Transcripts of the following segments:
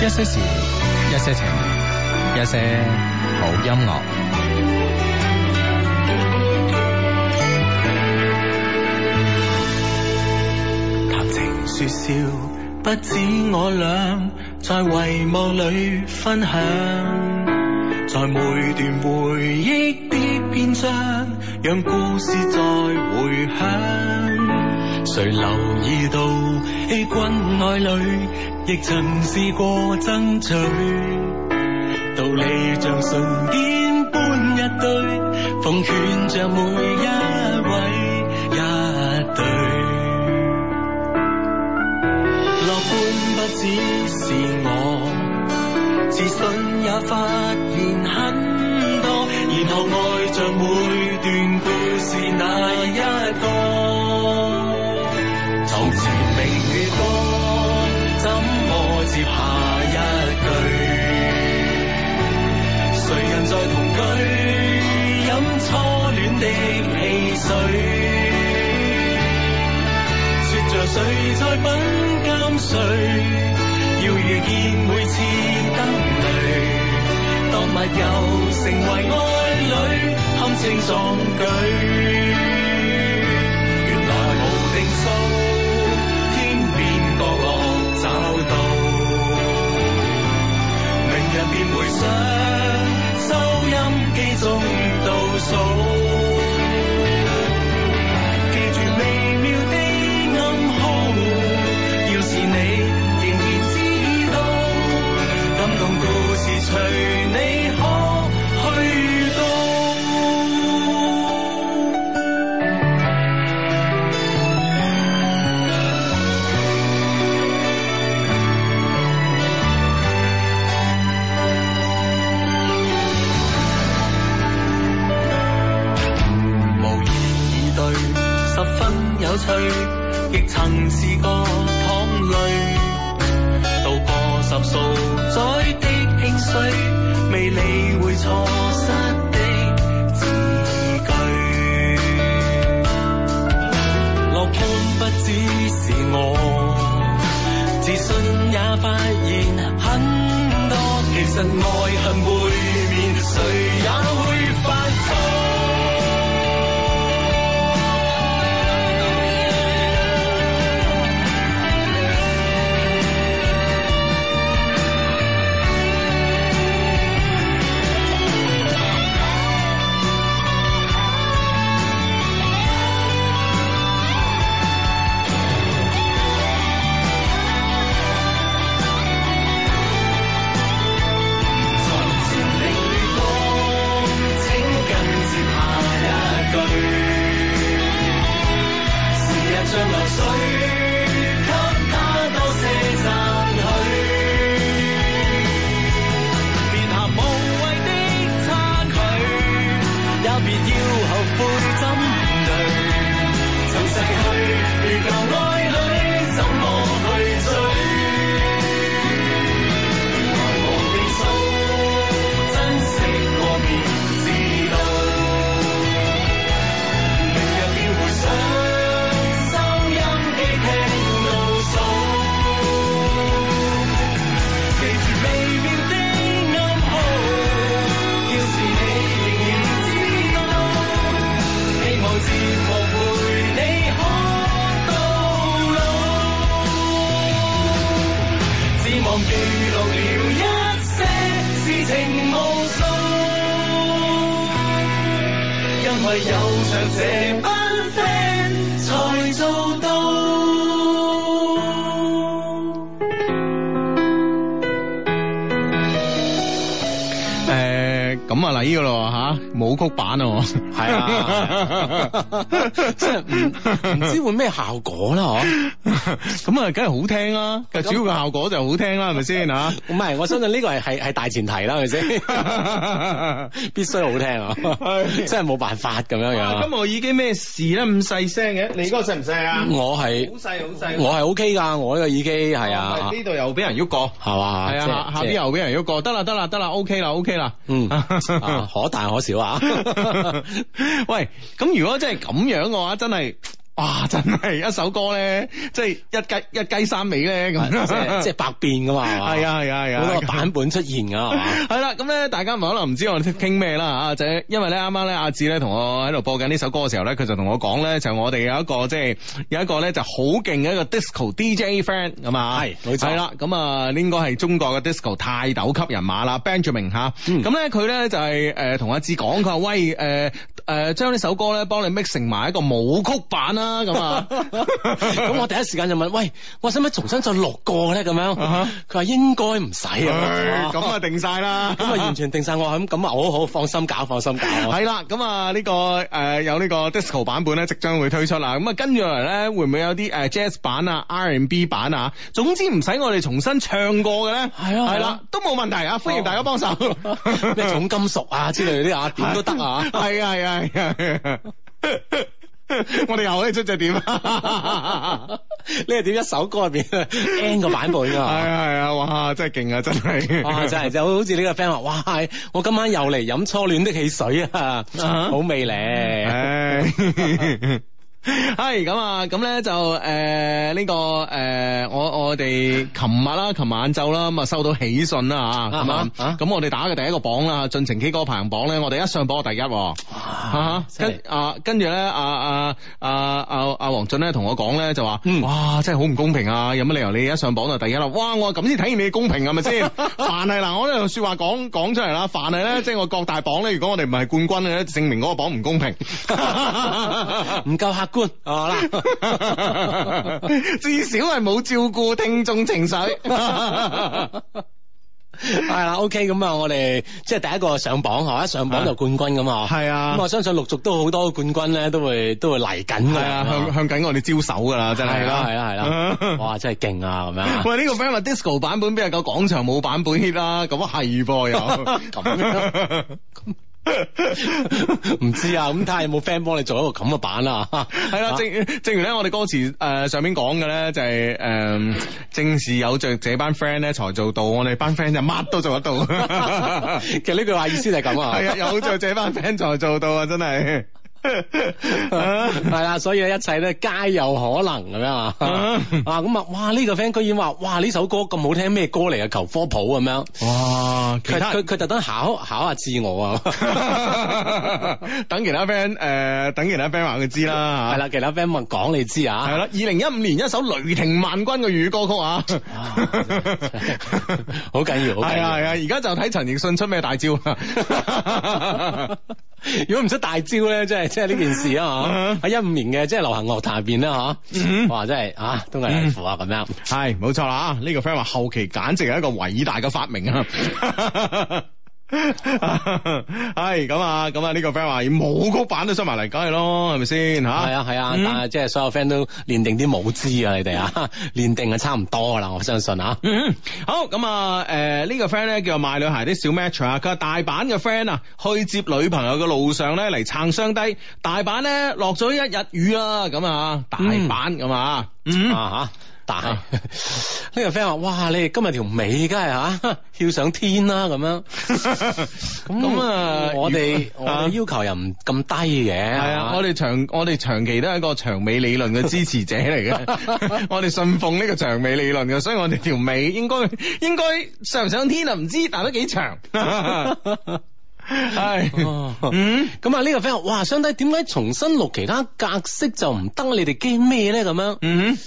一些事，一些情，一些好音樂。談情說笑，不止我倆，在遺忘裏分享，在每段回憶的篇章，讓故事再回響。誰留意到欺君愛侶，亦曾試過爭取，道理像唇邊般一堆，奉勸着每一位一對。樂觀不只是我，自信也發現很多，然後愛着每段故事那一個。床前明月光，怎麼接下一句？誰人在同居，飲初戀的汽水？說着誰在品鑑誰，要遇見每次等累，當密友成為愛侶，堪稱壯舉。原來無定數，天邊角落找到，明日便回想，收音機中倒數。記住微妙的暗號，要是你仍然知道，感動故事隨你可去到。無言以對，十分有趣，亦曾試過淌淚。渡過十數載的興衰，未理會錯失的字句。樂觀不只是我，自信也發現很多。其實愛恨每面，誰也會犯錯。床前明月光，請緊接下一句。時日像流水，給他多些讚許。別談無謂的差距，也別要後悔怎對。曾逝去，如舊愛侶，怎麼去追？原來無定數，珍惜過便知道。明日便回想，收音機聽倒數。記住微妙的暗號，要是你仍然知道，希望節目陪你可到老。只望記錄了一些事情無數，因為有着這班 friend 才做到。誒，咁啊嚟噶咯吓，舞曲版啊，我 係啊，即係唔唔知會咩效果啦，嗬？咁啊，梗係好聽啦，其實主要嘅效果就係好聽啦，係咪先 吓？唔係，我相信呢個係係係大前提啦，係咪 先？必須好聽啊，係啊真係冇辦法咁樣哇今日樣。我耳機咩事咧？咁細聲嘅，你嗰個細唔細啊？我係好細好細。哦我係 OK 㗎，我呢個耳機係啊，呢度又俾人喐過。係嘛？係啊，即係下下即邊係又俾人喐過，得啦得啦得啦，OK 啦 OK 啦， 嗯啊可大可小啊。 喂，咁如果真係咁樣嘅話，真係哇！真係一首歌咧，即係一雞一雞三味咧咁，啊 即係即係百變噶嘛，係 嘛係啊係啊係啊，好多版本出現噶， 係 嘛？系啦，咁咧大家可能唔知我哋傾咩啦啊，就係因為咧啱啱咧阿志咧同我喺度播緊呢首歌嘅時候咧，佢就同我講咧，就我哋有一個即係有一個咧就好勁嘅一個 disco DJ friend 咁啊，係冇錯係啦，咁啊應該係中國嘅 disco 泰斗級人馬啦，Benjamin 吓，嗯咁咧佢咧就係誒同阿志講，佢話喂誒誒將呢首歌咧幫你 mix 成埋一個舞曲版啦，咁 啊，咁我第一時間就問：喂，我使唔使重新再錄過咧？咁樣，啊哈佢話應該唔使 唉啊。咁啊定晒啦， 咁啊，完全定晒我咁咁啊，好好放心搞，放心搞。係啦，咁啊呢個誒、呃有呢個 disco 版本咧，即將會推出啦。咁啊跟住落嚟咧，會唔會有啲誒 jazz 版啊、R&B 版啊？總之唔使我哋重新唱過嘅咧，係啊係係啦啊，都冇問題啊！歡迎大家幫手， 咩重金屬啊之類嗰啲啊，點都得啊。 係啊係啊係啊係 啊！我哋又可以出隻點啊？呢個點一首歌入邊 N 個版本 係啊。啊係啊！哇，真係勁啊！真係，哇！真係就好似呢個 friend 話，哇！係我今晚又嚟飲初戀的汽水啊，哈好味咧。唉， 係咁啊，咁咧就誒呢個誒我我哋琴日啦，琴晚晏晝啦，咁啊收到喜訊啦嚇，咁啊啊啊咁我哋打嘅第一個榜啦，進程 K 歌排行榜咧，我哋一上榜第一喎。啊哇！真係跟啊跟住咧，阿阿阿阿阿啊黃俊咧同我講咧就話，嗯哇真係好唔公平啊！有乜理由你一上榜就第一啦？哇！我話咁先體現你嘅公平係咪 先？凡係嗱，我呢度説話講講出嚟啦，凡係咧嗯即係我各大榜咧，如果我哋唔係冠軍嘅咧，證明嗰個榜唔公 平。唔夠客觀 啊啦。至少係冇照顧聽眾情 緒。系啦，OK，咁啊，我哋即系第一個上榜吓，一上榜就冠軍咁啊，係啊咁我相信陸續都好多冠軍咧，都會都會嚟緊係嘅，啊，向向緊我哋招手㗎啦，真係啊係啦，係啦， 係啦，哇，真係勁啊，咁樣， 喂，呢、個 friend 話 disco 版本邊有夠廣場舞版本 hit 啦？咁啊係噃又咁唔知啊，咁睇下有冇 friend 幫你做一個咁嘅版啊啦，係啦，正正如咧，我哋歌詞誒、呃上面講嘅咧，就係、誒、正是有着這班 friend 咧，才做到我哋班 friend 就乜都做得到。係其實呢句話意思就係咁啊，啊，有着這班 friend 才做到啊，真係。系啦，所以一切咧皆有可能咁樣啊！嗯啊咁啊，哇！呢、個 friend 居然話：哇！呢首歌咁好聽，咩歌嚟啊？求科普咁樣。哇！佢佢佢特登考考下自我啊！ 等其他 friend 誒、等其他 friend 話佢知啦係 嚇。啦，其他 friend 問講你知係啊。啦，二零一五年一首雷霆萬鈞嘅粵語歌曲啊，啊真係好緊要好緊要係啊係啊，而家就睇陳奕迅出咩大招啊 啦。如果唔出大招咧，即係即係呢件事啊嗯！喺一五年嘅即係流行樂壇入邊啦，嗯吓哇！真係啊，都係辛苦啊咁樣。係冇錯啦，啊呢、個 friend 話後期簡直係一個偉大嘅發明啊！ 係咁啊，咁啊呢個 friend 話冇曲版都出埋嚟，梗係咯，係咪先吓？係啊係啊，嗯但係即係所有 friend 都練定啲舞姿啊！你 哋啊，練定啊差唔多啦，我相信啊。嗯，好咁啊，誒、呢、個 friend 咧叫賣女孩啲小 match 啊，佢話大阪嘅 friend 啊，去接女朋友嘅路上咧嚟撐雙低，大阪咧落咗一日雨啦，咁啊，大阪咁啊，嗯。啊吓，但係啊 呢個 friend 話：，哇！你哋今日條尾梗係吓翹上天啦咁樣。 啊咁我哋如啊我哋要求又唔咁低嘅。係啊，我哋長我哋長期都係一個長尾理論嘅支持者嚟 嘅，我哋信奉呢個長尾理論嘅，所以我哋條尾應 該應該上唔上天啊，唔知，但都幾 長。係哦，嗯。咁啊呢個 friend 話：，哇！相低點解重新錄其他格式就唔得？啊你哋驚咩咧？咁樣嗯，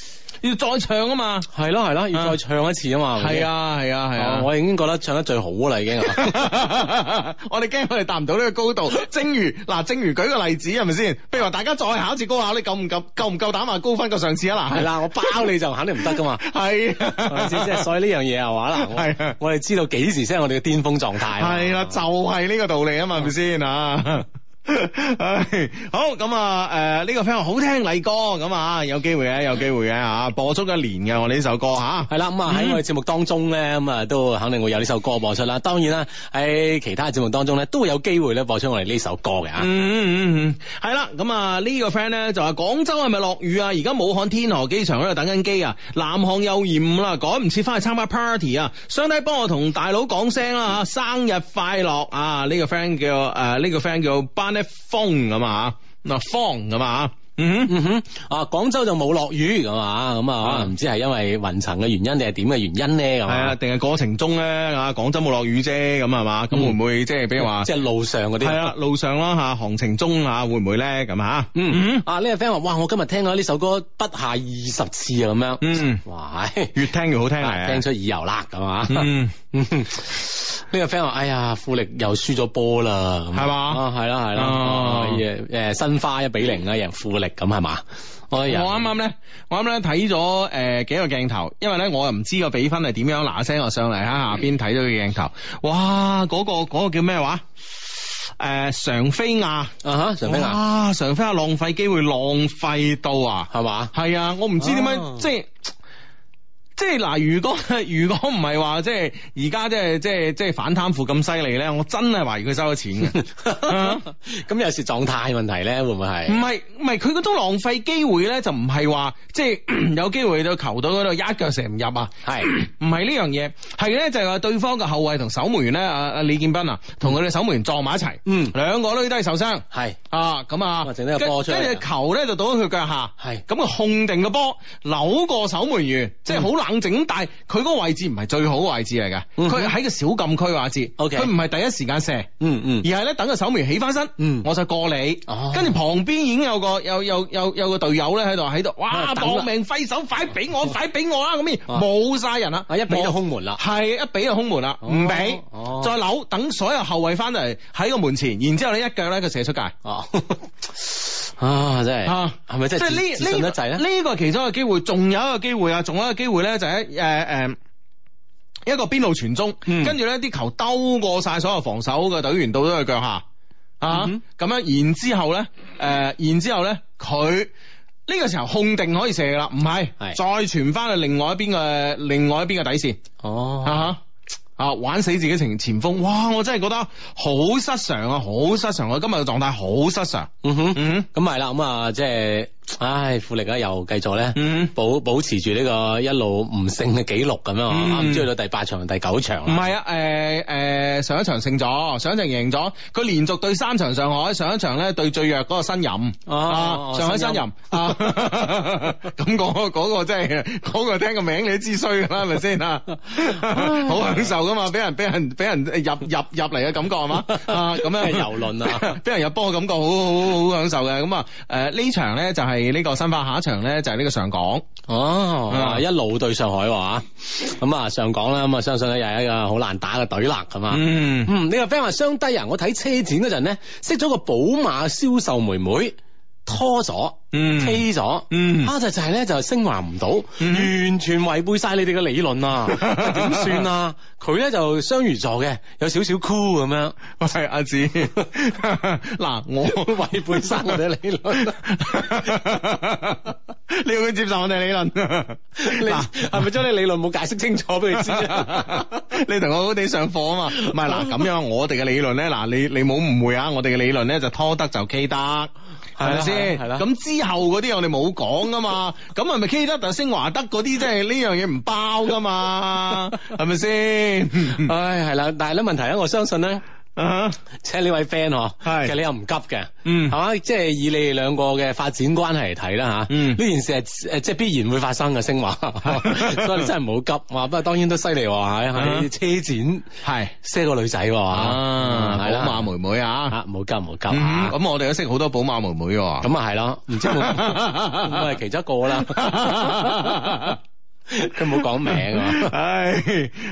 要再唱啊嘛。係咯係咯，要再唱一次啊嘛。係咪係啊係啊係哦啊，我已經覺得唱得最好啦，已經。 啊 我哋驚我哋達唔到呢個高度。正如嗱，正如舉個例子係咪先？譬如話大家再考一次高考，你夠唔夠夠唔夠膽話高分過上次啊？嗱，係，啦，我包你就肯定唔得噶嘛。係係咪先即係啊。所以呢樣 嘢係話啦，係啊我我哋知道幾時先係我哋嘅巔峰狀態啊。係啦，就係呢個道理啊嘛，係咪先啊？唉，好咁啊！誒、呢、個 friend 話好聽嚟歌咁啊，有機會嘅，有機會嘅嚇，播足一年嘅我哋呢首歌嚇。係啦，咁啊喺我哋節目當中咧，咁啊都肯定會有呢首歌播出啦。當然啦，喺其他節目當中咧，都會有機會咧播出我哋呢首歌嘅啊。嗯嗯嗯嗯，系啦，咁啊呢個 friend 咧就話廣州係咪落雨啊？而家武漢天河機場喺度等緊機啊，南航又延誤啦，趕唔切翻去參加 party 啊！嗯相低幫我同大佬講聲啦吓，生日快樂呃啊！呢、個 friend 叫诶呢、個 friend 叫班一峰咁啊，嗱方咁啊。嗯哼嗯哼，啊，廣州就冇落雨咁啊，咁啊，可能唔知係因為雲層嘅原因定係點嘅原因咧咁係啊，啊，定係過程中咧啊，廣州冇落雨啫，咁係嘛？咁嗯會唔會即係比如話即係路上嗰啲。係啊，路上啦吓，行程中吓，會唔會咧咁吓？嗯，啊呢個 friend 話：，哇！我今日聽咗呢首歌不下二十次啊，咁樣，嗯，哇，越聽越好聽啊嚟聽啊！出耳油啦，咁啊，嗯，嗯呢個 friend 話：，哎呀，富力又輸咗波啦，咁係嘛啊，係啦，係啦哦啊，誒誒，申花一比零啊，贏富力咁係嘛？哎我我啱啊啱咧，我啱啱睇咗誒幾個鏡頭，因為咧我又唔知個比分係點樣，嗱嗱聲我上嚟喺下邊睇咗個鏡頭，哇！嗰個嗰個叫咩話？誒，常飛亞，啊哈，上飛啊，哇！常飛亞浪費機會，浪費到啊！係嘛？係啊，我唔知點哦樣，即係。即係嗱，如果 如果唔係話即係而家即係即係即係反貪腐咁犀利咧，我真係懷疑佢收咗錢嘅。啊 咁有時狀態問題咧，會唔會唔係？係唔係，佢嗰種浪費機會咧，就唔係話即係 有機會到球隊嗰度一腳射唔入啊。 係唔係呢樣嘢，係咧就係話對方嘅後衛同守門員咧，阿阿李建斌啊，同佢哋守門員撞埋一齊，嗯兩個都低受傷係啊，咁啊，哇整呢個波出嚟啊跟跟住球咧就倒喺佢腳下，係咁佢控定個波，扭過守門嗯員，即係好冷靜，但係佢嗰個位置唔係最好嘅位置嚟嗯嘅，哼佢喺個小禁區位置， OK 佢唔係第一時間射。嗯嗯 而係咧等個守門員起翻身，嗯我就過你哦，跟住旁邊已經有個有有有有個隊友咧喺度喺度，喺哇度 等啦搏命揮手，快俾 我，快俾我啦！咁樣啊冇晒人啦，啊一比就冇空門啦係一比就空門啦，哦唔俾哦，再扭，等所有後衞翻嚟喺個門前，然之後咧一腳咧佢射出界。哦， 啊，真係啊，係咪真係自自信得滯咧？呢個其中一個機會，仲有一個機會啊，仲有一個機會咧，就喺誒誒。一個邊路傳中，嗯跟住咧啲球兜過晒所有防守嘅隊員到咗佢腳下，啊嗯咁樣，然之後咧，誒、然之後咧，佢呢個時候控定可以射啦，唔係，係再傳翻去另外一邊嘅另外一邊嘅底線，哦，啊啊！玩死自己前前鋒，哇！我真係覺得好失常啊，好失常啊！今日嘅狀態好失常，嗯哼，嗯咁係啦，咁啊，即係，唉，富力啊，又繼續咧。嗯。保保持住呢個一路唔勝嘅紀錄咁樣啊，嗯唔知去到第八場、第九場唔啦。係啊，誒、誒、上一場勝咗，上一場贏咗，佢連續對三場上海，上一場咧對最弱嗰個新任，哦哦啊，上海新新任任，啊， 咁嗰、個嗰、個真係，嗰、個聽個名你都知衰噶啦，係咪先啊？好享受噶嘛，俾人俾人俾人呃入入入嚟嘅感覺係嘛？啊，咁樣真係遊輪啊， 俾人入波嘅感覺好好好享受嘅，咁啊，誒、呢場咧就係呢個申花，下一場咧就係呢個上港，哦，哇嗯一路對上海話，咁啊上港啦，咁啊相信咧又係一個好難打嘅隊啦，咁啊。嗯。嗯，呢個 friend 話雙低人，我睇車展嗰陣咧，識咗個寶馬銷售妹妹，拖咗，嗯飛咗，嗯啊就就係咧就升華唔到，嗯完全違背晒你哋嘅理 論啊，點算啊？佢咧就雙魚座嘅，有少少 cool 咁樣，喂，阿 子，嗱我違背晒我哋嘅理論。 你要佢接受我哋理 論，你嗱。係咪將你理論冇解釋清楚俾佢知啊？ 你同我好好地上課啊嘛，唔係 嗱咁樣，我哋嘅理論咧，嗱你你冇誤會啊，我哋嘅理論咧就拖得就 K 得，係咪先？係啦咁之後嗰啲我哋冇講噶嘛，咁係咪 K 得就升華德嗰啲，即係呢樣嘢唔包噶 嘛，係咪先？唉，係啦，但係咧問題咧，我相信咧，啊 請呢位 friend 嗬，係其實你又唔急嘅，嗯係嘛？即係以你哋兩個嘅發展關係嚟睇啦吓，嗯呢件事係誒即係必然會發生嘅 升華， 所以你真係唔好急。哇！不過當然都犀利喎，喺喺車展係識個女仔喎，啊，嗯係啦寶馬妹妹啊。啊，唔好急唔好急嗯啊咁我哋都識好多寶馬妹妹喎。咁啊係咯，唔知 會唔會我係其中一個 啦。 佢冇講名啊。唉，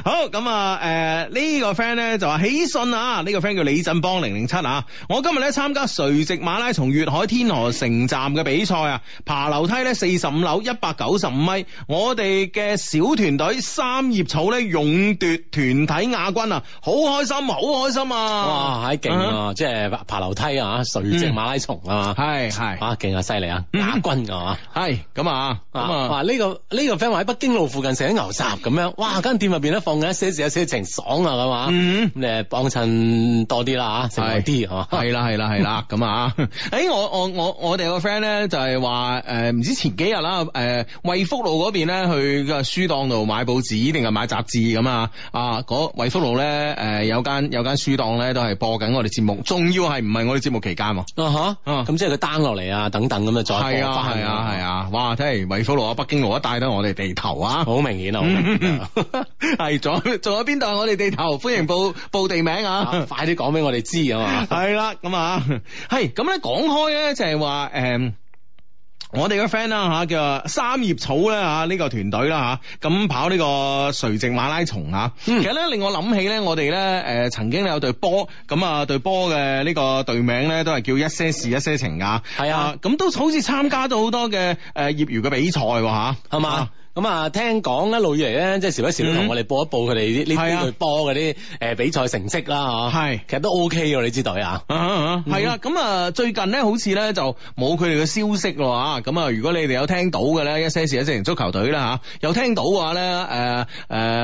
好咁啊！誒、呢、個 friend 咧就話喜訊啊！呢、個 friend 叫李振邦零零七啊！我今日咧參加垂直馬拉松粵海天河城站嘅比賽啊！爬樓梯咧四十五樓一百九十五米，我哋嘅小團隊三葉草咧勇奪團體亞軍啊！好開心，好開心 啊！嗯哇，係勁！啊！即係爬爬樓梯啊，垂直馬拉松啊，係係啊勁啊，犀利啊，嗯亞軍㗎嘛。係咁啊！咁啊啊！哇！呢個呢個 friend 話喺北京路附近食緊牛雜咁樣，哇！間店入邊咧放緊一些事一些情，爽啊咁啊！嗯咁你幫襯多啲啦啊嚇，食耐啲哦係嘛？係啦係啦係 啦咁啊！誒我我我我哋有個 friend 咧就係話誒唔知前幾日啦誒惠福路嗰邊咧去個書檔度買報紙定係買雜誌咁啊啊嗰惠福路咧誒有間有間書檔咧都係播緊我哋節目，仲要係唔係我哋節目期間喎？啊吓，啊咁即係佢 down 落嚟啊，等等咁啊，再係播啊翻係啊係啊！哇！睇嚟惠福路啊北京路一帶都係我哋地頭 啊！好 明顯啊好明顯啊！係仲有仲有邊度係啊我哋地頭？歡迎報報地名啊啊！快啲講俾我哋知啊嘛！係啦，咁啊，係咁咧，講開咧就係話誒。我哋個 friend 啦嚇，叫啊三葉草咧嚇，呢個團隊啦嚇，咁跑呢個垂直馬拉松啊。嗯其實咧令我諗起咧，我哋咧誒曾經有隊波，咁啊隊波嘅呢個隊名咧都係叫一些事一些情噶。係啊，咁都好似參加咗好多嘅誒業餘嘅比賽喎嚇，係嘛？咁啊，聽講一路以嚟咧，即係時不時都同我哋報一報佢哋呢嗯係呢啊呢隊波嗰啲誒比賽成績啦嚇。係其實都 OK 嘅呢支隊啊。啊，係啦，咁啊，最近咧好似咧就冇佢哋嘅消息咯啊，咁啊，如果你哋有聽到嘅咧，一些事一些情足球隊啦啊吓，有聽到嘅話咧，誒、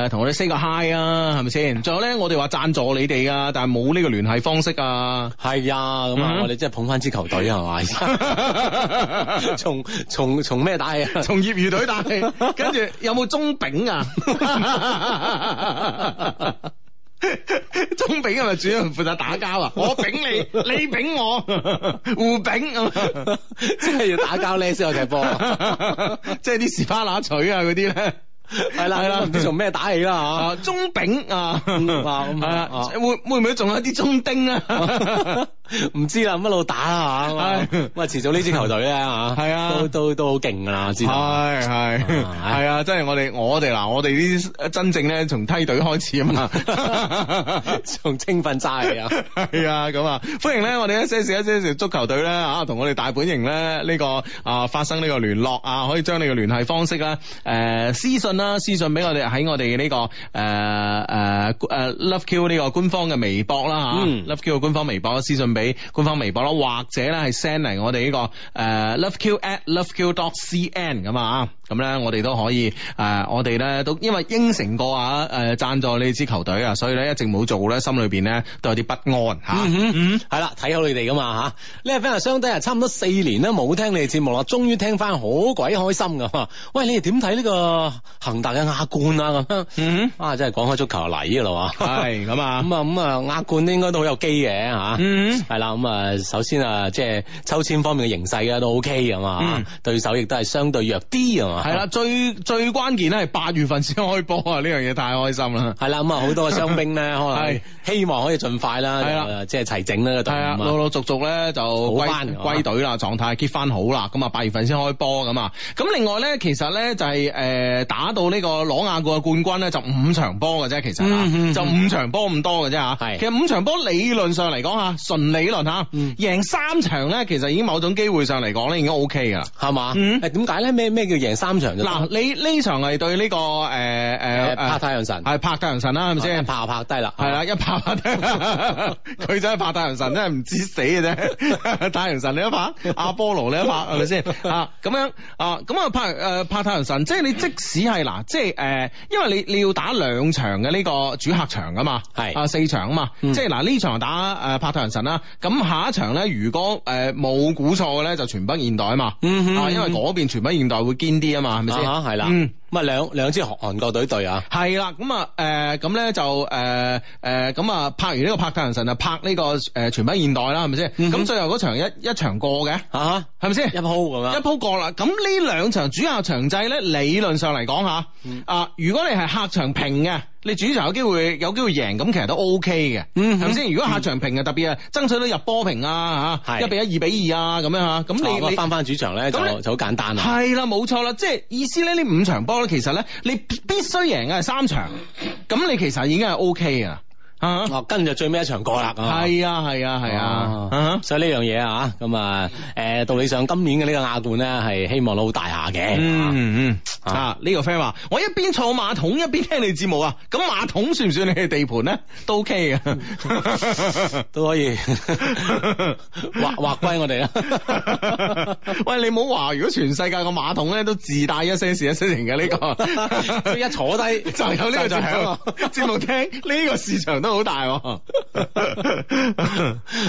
誒，同、我哋 say 個 hi 啊，係咪先？仲有咧，我哋話贊助你哋啊，但係冇呢個聯繫方式啊。係啊，咁啊嗯，我哋即係捧翻支球隊啊係嘛？ 從從從咩打起啊？ 從業餘隊 打起，跟住有冇鐘炳啊？ 鐘炳係咪主要負責打交 啊？我炳 你，你炳我，互炳咁 啊。即係要打交咧先有踢波。 即係啲士巴拿錘啊嗰啲咧。係啦係啦，唔知從咩打起啦啊，中丙啊，嗯啊咁係啊 啊，會會唔會仲有啲中丁啊？嚇。唔知啦，咁一路打啦嚇。咁啊係咁啊，遲早呢支球隊咧嚇，係 啊都都都好勁㗎啦，知道。係係啊係啊！真係我哋我哋嗱，我哋呢啲真正咧從梯隊開始啊 嘛。從青訓揸 起啊！係啊，咁啊，歡迎咧，我哋一些事一些事足球隊咧啊，同我哋大本營咧呢個啊發生呢個聯絡啊，可以將你嘅聯繫方式啦，誒私信啦，私信俾我哋喺我哋呢個誒誒誒 Love Q 呢個官方嘅微博啦啊嚇嗯，Love Q 嘅官方微博私信俾官方微博啦，或者咧係 send 嚟我哋呢個誒 Love Q at Love Q dot C N 咁啊，咁咧我哋都可以誒，我哋咧都因為應承過啊誒贊助呢支球隊啊，所以咧一直冇做咧，心裏邊咧都有啲不安嚇。嗯哼，係啦，睇好你哋噶嘛吓，呢個 friend 啊相低啊，差唔多四年啦冇聽你哋節目啦，終於聽翻好鬼開心噶。喂，你哋點睇呢個恒大嘅亞冠啊？咁樣，嗯 啊，真係講開足球就嚟㗎啦哼，喎。係咁啊，咁啊咁啊，亞冠應該都好有機嘅吓。嗯係啦，咁啊，首先啊，即係抽籤方面嘅形勢咧都 OK 噶嘛嗯，對手亦都係相對弱啲啊嘛。係啦，最最關鍵咧係八月份先開波啊，呢樣嘢太開心啦。係啦，咁啊好多嘅傷 兵咧，可能係希望可以盡快啦，係啦就即係齊整呢個係隊伍啊，啊陸陸續續咧就歸好返㗎啊歸隊啦，狀態 keep 翻好啦，咁啊八月份先開波咁啊。咁另外咧，其實咧就係、呃打到呢個攞亞冠嘅冠軍咧，就五場波嘅啫，其實啊嗯嗯嗯就五場波咁多嘅啫嚇。係其實五場波理論上嚟講嚇，純理論嚇，嗯贏三場咧，其實已經某種機會上嚟講咧已經 O K 㗎啦。係嘛？嗯誒點解咧？咩咩叫贏三場就得嗱，你呢場係對呢、個誒誒嗯誒拍太陽神哦係拍太陽神啦，係咪先先？拍就拍低啦，啊係啦，一拍 拍得佢真係拍太陽神，真係唔知死嘅啫。 太陽神你一拍，阿波羅你一拍， 係咪先？啊，咁樣啊，咁啊拍誒拍太陽神，即係你即使係嗱，即係誒、呃因為你你要打兩場嘅呢個主客場噶嘛，係啊四場啊嘛，嗯即係嗱呢場打誒、呃拍太陽神啦，咁下一場咧如果誒冇、估錯嘅咧就全北現代啊嘛，嗯哼啊因為嗰邊全北現代會堅啲啊嘛，係咪先？啊哈係啦，嗯咁啊兩兩支韓韓國隊對啊，係啦，咁啊，誒，咁咧就誒誒，咁啊，拍完呢個拍太陽神啊，拍呢個誒全品現代啦，係咪先？嗯哼咁最後嗰場一一場過嘅，啊係咪一先？鋪咁啊一樣，鋪過啦，咁呢兩場主客場制咧，理論上嚟講吓，嗯啊，如果你係客場平嘅，你主場有機會有機會贏，咁其實都 O K 嘅，係嗯哼咪先？如果客場平嘅，特別啊，爭取到入波平啊，吓，係一比一、二比二啊，咁樣吓，咁哦你咁啊你翻翻主場咧就咁你就好簡單啊啦，係啦，冇錯啦，即係意思咧，呢五場波咧，其實咧，你必必須贏嘅係三場，咁你其實已經係 O K 嘅啦。啊哦，跟住最尾一場過啦，啊係啊係啊係啊哦啊，所以呢樣嘢啊，咁啊，誒道理上今年嘅呢個亞冠咧係希望都好大下嘅，嗯嗯啊啊！呢個 friend 話：我一邊坐馬桶一邊聽你節目啊！咁馬桶算唔算你嘅地盤咧？都 OK 啊！ 啊都可 以劃劃歸我哋啊啦。 喂，你唔好話，如果全世界個馬桶咧都自帶一些事一些情嘅呢 個，一坐低就有呢個就響啊節目節目聽，呢個市場都好大 喎。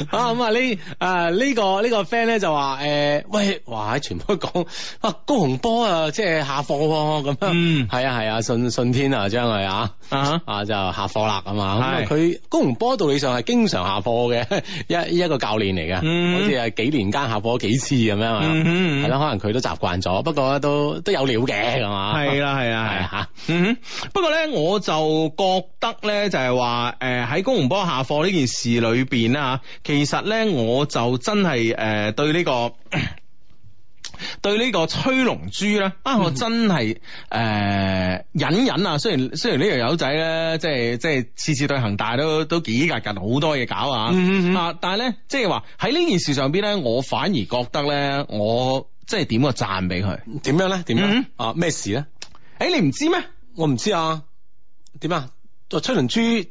啊咁啊呢啊呢個呢個 friend 咧就話誒喂哇全部都講啊高洪波啊即係下課喎咁嗯樣，係啊係啊信信天啊將佢啊。啊！啊就下課啦咁啊，咁啊係佢高洪波道理上係經常下課嘅 一一個教練嚟嘅，嗯好似係幾年間下課幾次咁樣啊，嗯哼 係啦，可能佢都習慣咗，不過都都有料嘅咁啊，係啦，係啦，係係啊啦。嚇，嗯哼，不過咧，我就覺得咧，就係話，誒、呃喺高洪波下課呢件事裏邊啦，其實咧，我就真係誒、呃、對呢、個。 對呢個崔龍珠咧，啊，我真係誒、呃、忍忍啊！雖然雖然呢條友仔咧，即係即係次次對恒大都都幾格格好多嘢搞啊，嗯嗯嗯啊，但係咧，即係話喺呢件事上邊咧，我反而覺得咧，我即係點個讚俾佢。點樣咧？點樣嗯啊？咩事咧？誒、你唔知咩？我唔知啊，點啊？做崔龍珠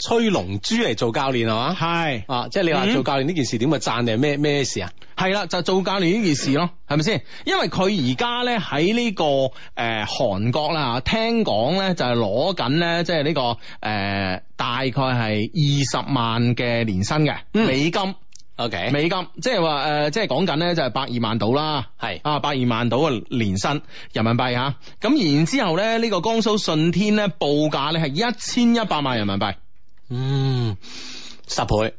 崔龍珠嚟做教練係嘛？係啊，即係你話嗯做教練呢件事點啊讚定係咩咩事啊？係啦，就做教練呢件事咯，係咪先？因為佢而家咧喺呢個誒韓、國啦，聽講咧就係攞緊咧，即係呢個誒、呃大概係二十萬嘅年薪嘅、嗯美金， OK，美金，即係話誒，即係講緊咧就係百二萬到啦。係啊，百二萬到嘅年薪人民幣吓，咁然之後咧，呢、個江蘇舜天咧報價咧係一千一百萬人民幣，嗯十倍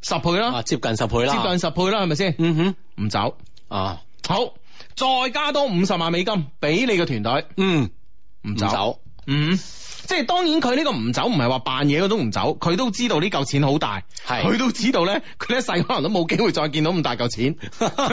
十倍啦啊，，接近十倍啦，接近十倍啦，係咪先？嗯哼唔走，啊，好，再加多五十萬美金俾你個團隊，嗯唔唔走，走。嗯，即係當然佢呢個唔走唔係話扮嘢嗰種唔走，佢都知道呢嚿錢好大，係佢都知道咧，佢一世可能都冇機會再見到咁大嚿 錢，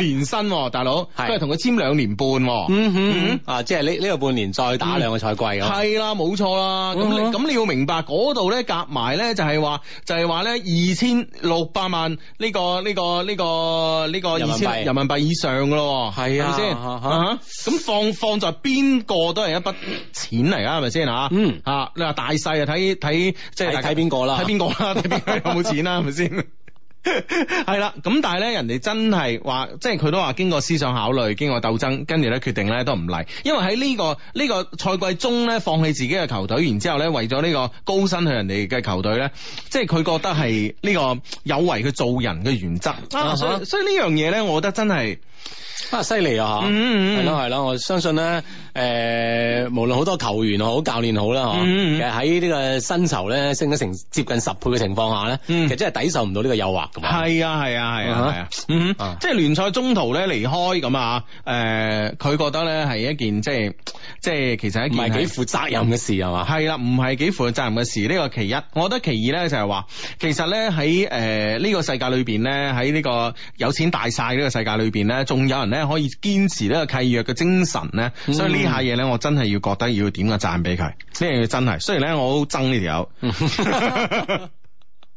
年薪喎大佬，係佢係同佢簽兩年半喎，嗯哼，啊，即係呢呢個半年再打兩個賽季咁。嗯係啦，冇錯啦。咁嗯哼你咁你要明白嗰度咧夾埋咧就係話就係話咧二千六百萬呢個呢個呢個呢個人二民幣千人民幣以上噶咯喎，係啊係咪先？啊哈啊哈咁放放在邊個都係一筆錢嚟㗎，係咪先嚇？嗯啊，你話大細啊，睇睇即係睇大家睇邊個啦睇邊個啦，睇邊個有冇錢啦，係咪先？ 係啦，咁但係咧，人哋真係話，即係佢都話經過思想考慮，經過鬥爭，跟住咧決定咧都唔嚟，因為喺呢、個呢、個賽季中咧放棄自己嘅球隊，然之後咧為咗呢個高薪去人哋嘅球隊咧，即係佢覺得係呢個有違佢做人嘅原則啊哈啊，所以所以呢樣嘢咧，我覺得真係，啊，犀利啊嚇！嗯嗯嗯係咯係咯，我相信咧，誒，無論好多球員好、教練好啦，嚇，嗯嗯嗯其實喺呢個薪酬咧升咗成接近十倍嘅情況下咧，嗯其實真係抵受唔到呢個誘惑㗎嘛。係啊係啊係啊啊哈係啊，嗯啊，即係聯賽中途咧離開咁啊，誒，佢覺得咧係一件即係即係其實係一唔件係幾係負責任嘅事係嘛？係啦，唔係幾負責任嘅事，呢、個其一。我覺得其二咧就係話，其實咧喺誒呢個世界裏邊咧，喺呢個有錢大晒呢個世界裏邊咧，仲有人咧可以堅持呢個契約嘅精神咧，嗯所以呢下嘢咧，我真係要覺得要點個讚俾佢，呢樣嘢真係。雖然咧我好憎呢條友。嗯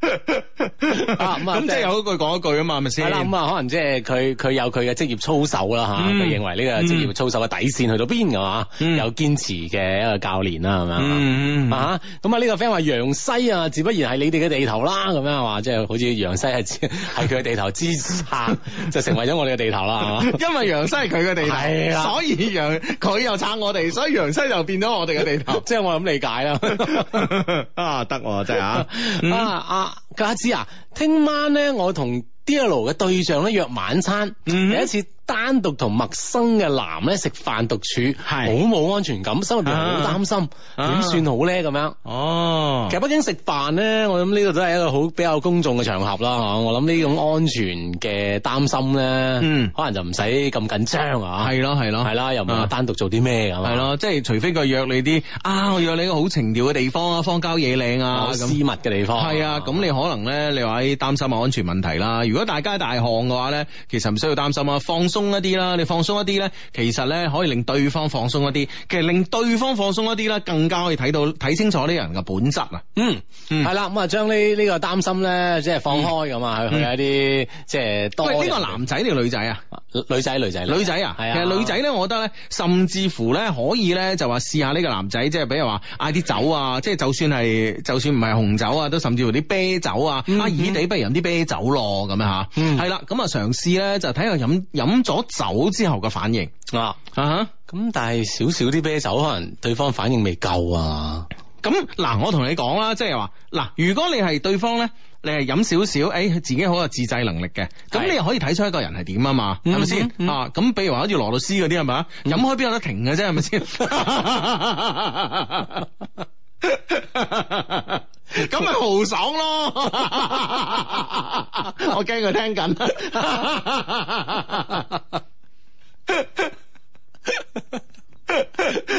啊咁啊咁即係有一句講一句啊嘛，係咪先？係啦，咁啊，可能即係佢佢有佢嘅職業操守啦嚇，嗯佢認為呢個職業操守嘅底線去到邊㗎嘛？嗯有堅持嘅一個教練啦，係咪啊？嗯嗯嗯啊，咁啊呢個 friend 話楊西啊，自不然係你哋嘅地頭啦，咁樣係嘛，即係好似楊西係之 係佢嘅地頭 之下，就成為咗我哋嘅地頭啦，係嘛。啊因為楊西係佢嘅地係頭，啦所以楊佢又撐我哋，所以楊西就變咗我哋嘅地頭。啊即係我咁理解啦。 啊，得喎，真係啊，啊啊，家子啊，聽晚咧我同 D L 嘅對象咧約晚餐，嗯第一次單獨同陌生嘅男咧食飯獨處，好係冇安全感，心入邊好擔心，啊點算好咧咁樣？哦其實北京食飯咧，我諗呢個都係一個好比較公眾嘅場合啦，嚇我諗呢種安全嘅擔心咧，嗯可能就唔使咁緊張啊，係咯係咯係啦，又唔係啊話單獨做啲咩咁啊，係咯，即係除非佢約你啲啊，我約你個好情調嘅地方啊，荒郊野嶺啊，啊好私咁。密嘅地方，係啊，咁你哎可能咧，你話啲擔心下安全問題啦。如果大家大項嘅話咧，其實唔需要擔心啊，放鬆鬆一啲啦，你放鬆一啲咧，其實咧可以令對方放鬆一啲，其實令對方放鬆一啲咧，更加可以睇到睇清楚呢個人嘅本質啊。嗯，嗯係啦，咁啊，將呢呢個擔心咧，即係放開咁啊，去去一啲即係多喂，呢個人男仔定女仔啊？女女仔女仔女仔啊，係啊其實女仔咧，我覺得咧，甚至乎咧，可以咧就話試下呢個男仔，即係比如話嗌啲酒啊，即係就算係就算唔係紅酒啊，都甚至乎啲啤酒啊，嗯啊耳地不如飲啲啤酒咯，咁樣吓，嗯係啦，咁啊嘗試咧就睇下飲飲咗酒之後嘅反應啊，啊咁但係少少啲啤酒，可能對方反應未夠啊，咁嗱，我同你講啦，即係話嗱，如果你係對方咧，你係飲少少，誒、自己好有自制能力嘅，咁係你又可以睇出一個人係點啊嘛，嗯係咪先嗯啊？咁比如話好似羅律師嗰啲係咪啊？飲開邊有得停嘅啫，係咪 先？咁咪豪爽 咯！我驚佢聽 緊。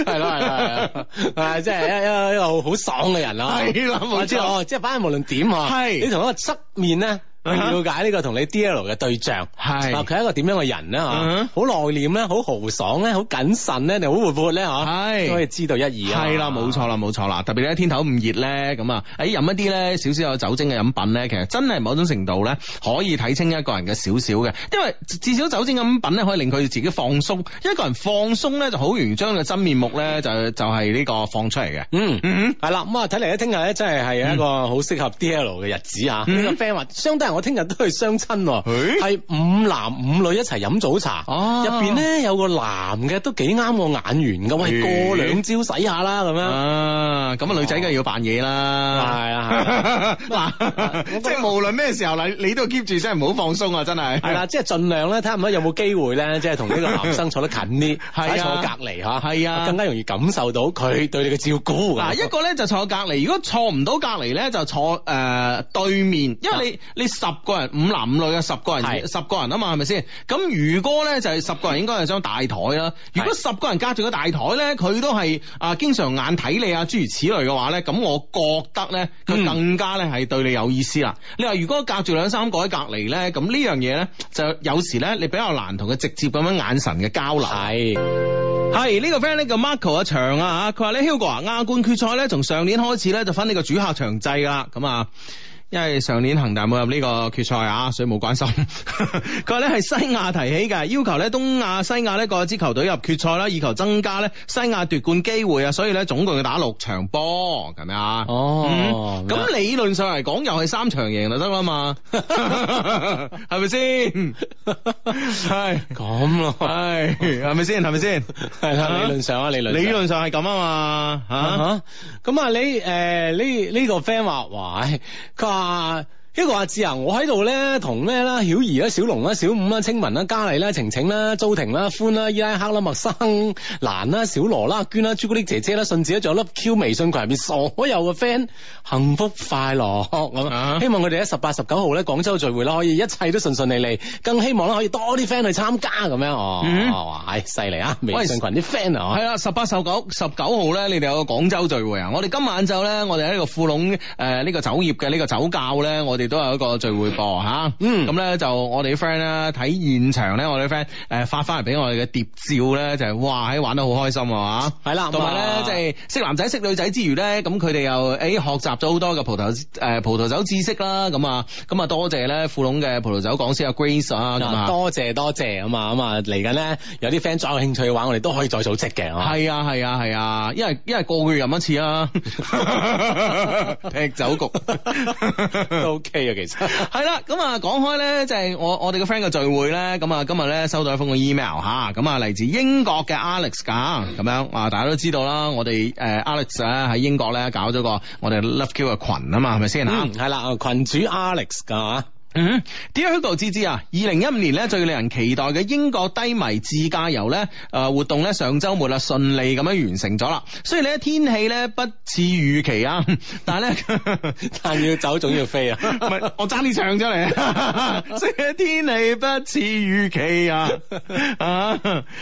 係咯係咯係咯， 啊，即係一一一個好好爽嘅人啦，係啦冇錯我知哦，即係反正無論點啊，係你同一個側面咧。去啊哈了解呢個同你 D L 嘅對象，係啊佢係一個點樣嘅人咧嚇，嗯好內斂咧，好豪爽咧，好謹慎咧，定好活潑咧嚇，係哦都可以知道一二啊。係啦，冇錯啦，冇錯啦。特別咧天頭咁熱咧，咁啊，誒飲一啲咧少少有酒精嘅飲品咧，其實真係某種程度咧可以睇清一個人嘅少少嘅，因為至至少酒精嘅飲品咧可以令佢自己放鬆。一個人放鬆咧就好容易將佢真面目咧就就係、呢個放出嚟嘅。嗯。嗯系啦，咁啊睇嚟咧，聽日咧真係係一個好適合 D L 嘅日子啊！嗯呢個 friend 話，相低我聽日都去相親喎，咦係五男五女一齊飲早茶，哦入邊咧有個男嘅都幾啱我眼緣噶，喂，咦過兩招洗下啦咁樣。啊，咁啊女仔梗係要扮嘢啦，係啊 嗱，即係無論咩時候你你都 keep 住真係唔好放鬆啊，真係係啦，即係盡量咧，睇下唔睇有冇機會咧，即係同呢個男生坐得近啲， 係啊或者坐隔離嚇，係啊更加容易感受到佢對你嘅照顧。啊嗱，一個咧就坐隔離，如果坐唔到隔離咧，就坐誒、呃、對面，因為你你十個人五男五女啊嘅十個人係十個人啊啊嘛，係咪先？咁如果咧就係、十個人應該係張大台啦，如果十個人隔住個大台咧，佢都係啊經常眼睇你啊諸如此類嘅話咧，咁我覺得咧佢嗯更加咧係對你有意思啦。你話如果隔住兩三個喺隔離咧，咁呢樣嘢咧就有時咧你比較難同佢直接咁樣眼神嘅交流。啊係係呢、個 friend 呢叫 Marco 啊長啊吓，佢話咧 Hugo 啊亞冠決賽咧從上年開始咧就分呢個主客場制㗎啦，咁啊。因為上年恒大冇入呢個決賽啊，所以冇關心。 佢話咧係西亞提起嘅，要求咧東亞、西亞呢各支球隊入決賽啦，以求增加咧西亞奪冠機會啊，所以咧總共要打六場波咁樣啊。哦嗯咁、理論上嚟講又係三場贏就得啦嘛， 係咪先？ 係。咁咯，唉，係咪 先？係咪先？係啦，理論上啊，理論上理論上係咁啊嘛，啊咁啊，你誒呢呢個 friend 話，哇，唉佢話。呢個阿志啊，我喺度咧同咩啦，曉怡啦、小龍啦、小五啦、清文啦、嘉麗啦、晴晴啦、周婷啦、歡啦、伊拉克啦、麥生蘭啦、小羅啦、娟啦、朱古力姐姐啦、信子啦，仲有 Love Q 微信群入面所有嘅 friend 幸福快樂咁啊啊！希望佢哋喺十八、十九號咧廣州聚會啦，可以一切都順順利利，更希望啦可以多啲 friend 去參加咁樣哦。嗯哇，唉，犀利啊！喂微信群啲 friend 啊，係啦，十八、十九、十九號咧，你哋有個廣州聚會啊！我哋今晚晝咧，我哋喺呢個富隆誒呢個酒業嘅呢個酒窖咧，我哋都有一個聚會播吓。嗯咁咧就我哋啲 friend 咧睇現場咧，我哋啲 friend 誒發翻嚟俾我哋嘅碟照咧，就係哇，喺玩得好開心啊！係啦，同埋咧，咁啊即係識男仔識女仔之餘咧，咁佢哋又誒學習咗好多嘅葡萄誒、葡萄酒知識啦，咁啊咁啊多謝咧富隆嘅葡萄酒講師阿 Grace 啊，咁啊啊。多謝多謝咁啊咁啊嚟緊咧，有啲 friend 再有興趣嘅話，我哋都可以再組織嘅。 啊係啊係啊係啊，因為因為個個月飲一次 啊， 踢酒局 都 OK 啊嘅其實。係啦，咁啊講開咧，就係我我哋嘅 friend 嘅聚會咧，咁啊今日咧收到一封嘅 email 吓，咁啊嚟自英國嘅 Alex 噶，咁樣啊大家都知道啦，我哋誒 Alex 咧喺英國咧搞咗個我哋 Love Q 嘅群啊嘛，係咪先啊嗯，？係啦，群主 Alex 啊噶嚇嗯，Dear Hugo 芝芝啊，二零一五年咧最令人期待嘅英國低迷自駕遊咧，誒、呃、活動咧上周末啦順利咁樣完成咗啦。雖然咧天氣咧不似預期啊， 但係咧。但要走總要飛 啊。唔係，我爭啲唱出嚟啊！雖然天氣不似預期啊，啊，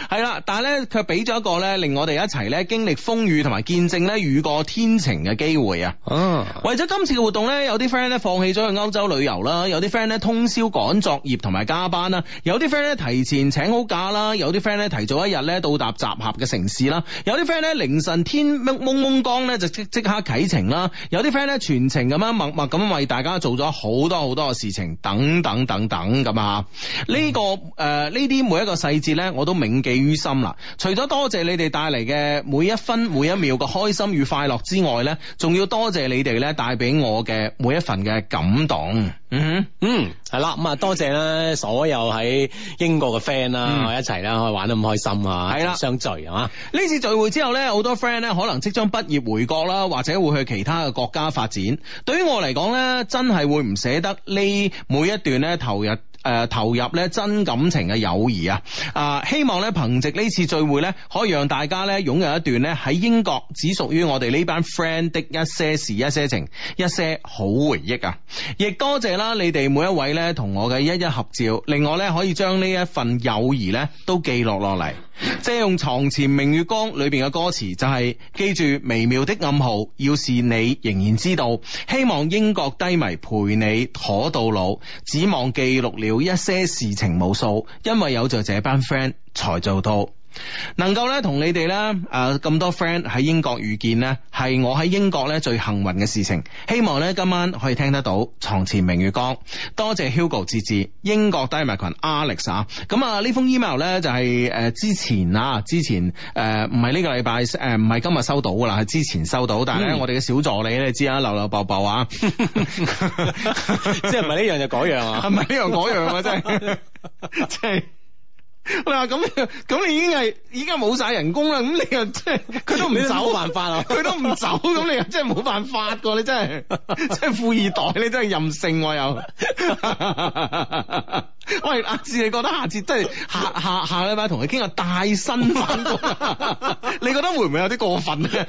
係啦，但係咧，佢俾咗一個咧，令我哋一齊咧經歷風雨同埋見證咧雨過天晴嘅機會啊！啊，為咗今次嘅活動咧，有啲 friend 咧放棄咗去歐洲旅遊啦，有啲 friend friend 咧通宵趕作業同埋加班啦，有啲 friend 咧提前請好假啦，有啲 friend 咧提早一日咧到達集合嘅城市啦，有啲 friend 咧凌晨天蒙蒙蒙光咧就即即刻啟程啦，有啲 friend 咧全程咁樣默默咁為大家做咗好多好多嘅事情，等等等等咁啊！呢、個誒呢啲每一個細節咧，我都銘記於心啦。除咗多謝你哋帶嚟嘅每一分每一秒嘅開心與快樂之外咧，仲要多謝你哋咧帶俾我嘅每一份嘅感動。嗯嗯，系啦，咁啊多謝啦，所有喺英國嘅 friend 啦，嗯一齊啦，可以玩得咁開心啊，係啦相聚係嘛，哼，呢次聚會之後咧，好多 friend 咧可能即將畢業回國啦，或者會去其他嘅國家發展。對於我嚟講咧，真係會唔捨得呢每一段咧投入。誒、投入咧真感情嘅友誼啊！啊，希望咧憑藉呢次聚會咧，可以讓大家咧擁有一段咧喺英國只屬於我哋呢班 friend 的一些事、一些情、一些好回憶啊！亦多謝啦你哋每一位咧同我嘅一一合照，令我咧可以將呢一份友誼咧都記錄落嚟。借用《床前明月光》裏邊嘅歌詞就係、記住微妙的暗號，要是你仍然知道，希望英國低迷陪你妥到老，只望記錄了一些事情無數，因為有着這班 friend 才做到。能夠咧同你哋咧誒咁多 friend 喺英國遇見呢，係我喺英國咧最幸運嘅事情。希望咧今晚可以聽得到《床前明月光》。多謝 Hugo 志志，英國低迷群 Alex 啊。咁啊呢封 email 咧就係、呃之前嗯啊，之前誒唔係呢個禮拜誒唔係今日收到噶啦，係之前收到。但係咧、嗯我哋嘅小助理你知啊，流流爆爆啊， 即即嗯係唔係呢樣就嗰樣係啊，咪呢樣嗰樣啊？真 係， 即係。嗱咁咁你已經係已經係冇晒人工啦，咁你又即係佢都唔你走冇，辦法啊佢都唔走，咁你又真係冇辦法噶，你真係真係富二代，你真係任性喎又。喂，阿志，你覺得下次真係下下下禮拜同佢傾下帶薪返工，你覺得會唔會有啲過分咧？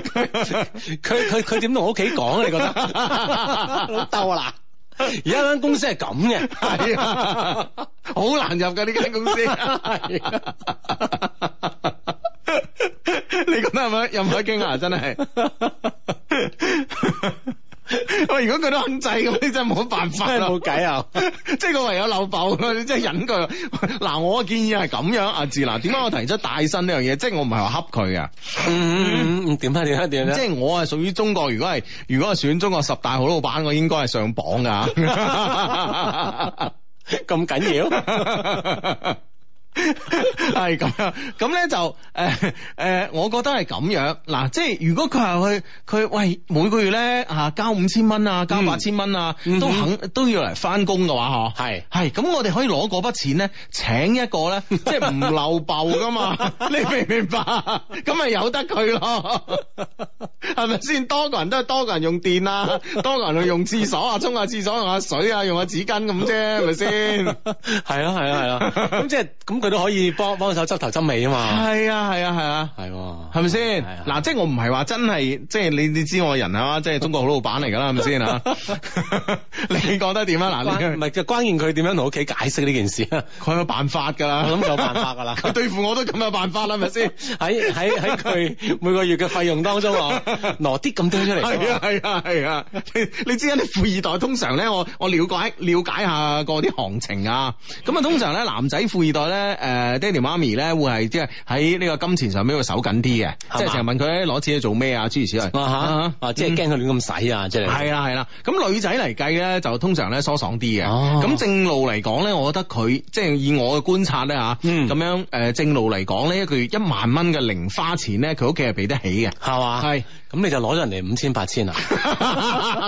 佢佢佢點同屋企講啊？你覺 得老豆啊嗱，而家間公司係咁嘅，係啊，好難入噶呢間公司。係啊你覺得係咪有冇得驚啊？真係。喂，如果佢都肯制咁，你真係冇辦法真係啦。冇計啊！即係佢唯有漏爆啦，你真係忍佢。嗱，我嘅建議係咁樣，阿志嗱，點解我提出帶薪呢樣嘢？即係我唔係話恰佢啊。嗯嗯嗯，點啊點啊點啊即！係我係屬於中國，如果係如果係選中國十大好老闆，我應該係上榜㗎。咁緊 要， 係咁樣，咁咧就誒誒、呃我覺得係咁樣嗱，即係如果佢係去佢喂每個月咧啊交五千蚊啊，交嗯八千蚊啊，嗯哼都肯都要嚟翻工嘅話，嗬，係係咁，我哋可以攞嗰筆錢咧請一個 咧，即係唔漏爆噶嘛，你明唔明白？咁咪由得佢咯，係咪先？多個人都係多個人用電啊，多個人去用廁所啊，沖下廁所用下水啊，用下紙巾咁啫，係咪先？ 係啊咯係啊咯係 咯，咁即係咁佢都可以幫幫手執頭執尾啊嘛，係啊，係啊，係啊。係喎，係咪先？係啊嗱，即係我唔係話真係，即係你你知我人啊，即係中國好老闆嚟㗎啦，係咪先 啊？你覺得點啊？嗱，關唔你係就關鍵佢點樣同屋企解釋呢件事啊？ 佢有辦法㗎啦，我諗有辦法㗎啦 佢對付我都咁有辦法啦，係咪 先？喺喺 喺佢每個月嘅費用當中啊，攞啲咁多出嚟，係啊係啊係啊！你你知啊，啲富二代通常咧，我我了解了解下個啲行情啊。咁啊，通常咧男仔富二代咧，誒、爹哋媽咪咧會係即係喺呢個金錢上面會守緊啲嘅，即係成日問佢攞錢去做咩啊，嗯諸如此類。啊嚇，啊即係驚佢亂咁使啊，即係係啦係啦，咁女仔嚟計咧就通常咧疏爽啲嘅，哦咁、正路嚟講咧，我覺得佢即係以我嘅觀察咧吓，咁、嗯樣誒、呃正路嚟講咧，一個月一萬蚊嘅零花錢咧，佢屋企係俾得起嘅， 係嘛？係咁你就攞咗人哋五千八千啊？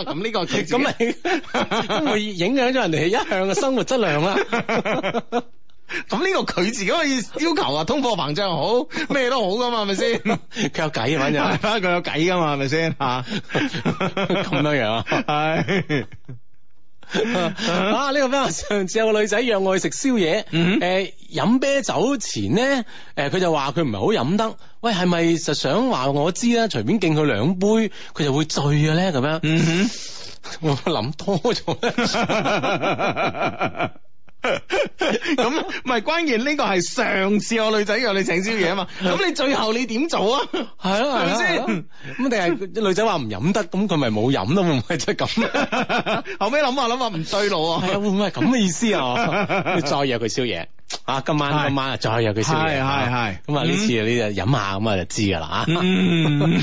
咁呢個佢自己咁你咁會影響咗人哋一向嘅生活質量 啦。咁呢個佢自己可以要求啊，通貨膨脹好，咩都好噶嘛，係咪先？佢有計啊，反係正反正佢有計噶嘛，係咪先吓？ 咁樣樣啊係。 啊！呢個 friend 話上次有個女仔約我去食宵夜，嗯哼誒飲啤酒前咧，誒佢就話佢唔係好飲得，喂係咪就想話我知啦？隨便敬佢兩杯，佢就會醉嘅咧咁樣。嗯哼。 我諗多咗咧。咁唔係關鍵，呢個係上次我女仔約你請宵夜啊嘛。咁你最後你點做啊？ 係咯，係咪先係咯咁定係女仔話唔飲得，咁佢咪冇飲咯？會唔會即係咁？ 後尾諗下諗下唔對路係啊，會啊。唔會係咁嘅意思啊？再約佢宵夜啊！今晚係今晚啊，再約佢宵夜係係係咁啊，呢次你就飲下咁啊，就知㗎啦啊！嗯，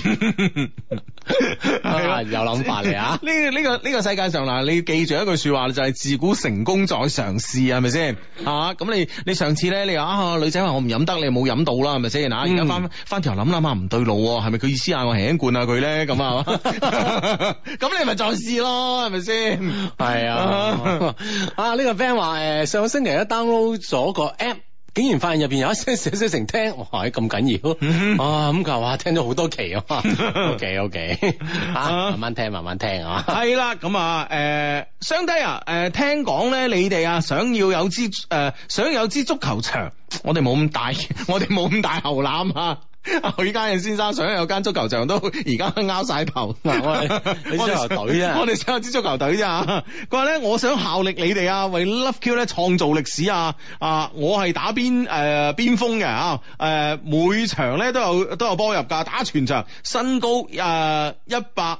啊係有諗法你啊！ 呢呢個呢個世界上嗱，你記住一句說話就係自古成功在嘗試，係咪先？嗯啊，咁你你上次咧，你話啊女仔話我唔飲得，你冇飲到啦，係嗯咪先？嗱，啊而家翻翻頭諗諗下唔對路喎，係咪佢意思嗌啊我輕輕灌下佢咧？咁啊，係 嘛咁你咪再試咯，係咪先？係啊，啊呢個 friend 話誒上個星期咧 download 咗個 app。竟然發現入邊有一些事、一些情聽，哇！咁緊要、嗯啊！咁佢話聽咗好多期啊嘛，OK OK，啊啊，慢慢聽，慢慢聽 啊！係啦，咁啊，誒、相低啊，誒、聽講咧，你哋啊，想要有支誒、想有支足球場，我哋冇咁大， 我哋冇咁大後腩啊。阿許家印先生想有間足球場都 而家拗晒頭，嗱我哋你足球隊 啊我哋想有支足球隊咋？佢話咧，我想效力你哋啊，為 Love Q 咧創造歷史啊！啊，我係打邊誒、呃、邊鋒嘅啊，誒、每場咧都有都有波入㗎，打全場，身高誒一百。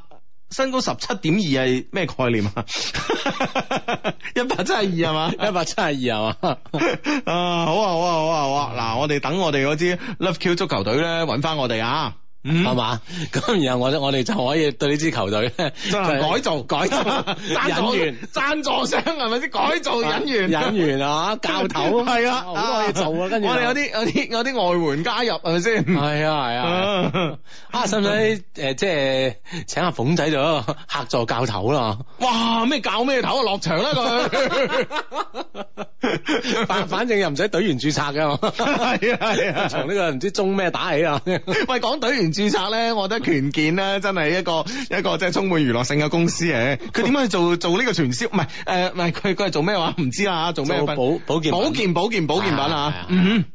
身高十七點二係咩概念啊？ 一百七係二係 嘛？一百七十二係嘛？啊好啊好啊好啊好啊！嗱，我哋等我哋嗰支 Love Q 足球隊咧揾翻我哋啊！嗯係嘛？咁然後我我哋就可以對呢支球隊咧進行改造改 造贊助引援。贊助商係咪先？改造引員 引援啊，教頭係啊，好多嘢做啊，跟住我哋有啲有啲有啲外援加入係咪先？係啊係 啊， 啊啊使唔使誒即係請阿鳳仔做一個客座教頭啦？哇！咩教咩頭啊？落場啦佢！反反正又唔使隊員註冊嘅，係啊係啊從呢個唔知中咩打起啊！ 喂，講隊員註冊咧，我覺得權健咧真係一個一個即係充滿娛樂性嘅公司嚟。佢點樣去 做做呢個傳銷？唔係誒，唔係佢佢係做咩話？唔知啦，做咩做品保保健品保健保健保健品啊係啊啊！嗯哼。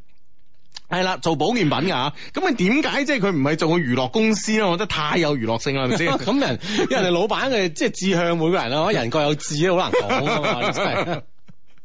係啦，做保健品㗎吓，咁你點解即係佢唔係做個娛樂公司咧？我覺得太有娛樂性啦，係咪 先？咁人因為人哋老闆嘅即係志向，每個人啊，人各有志好難講 啊嘛，真係。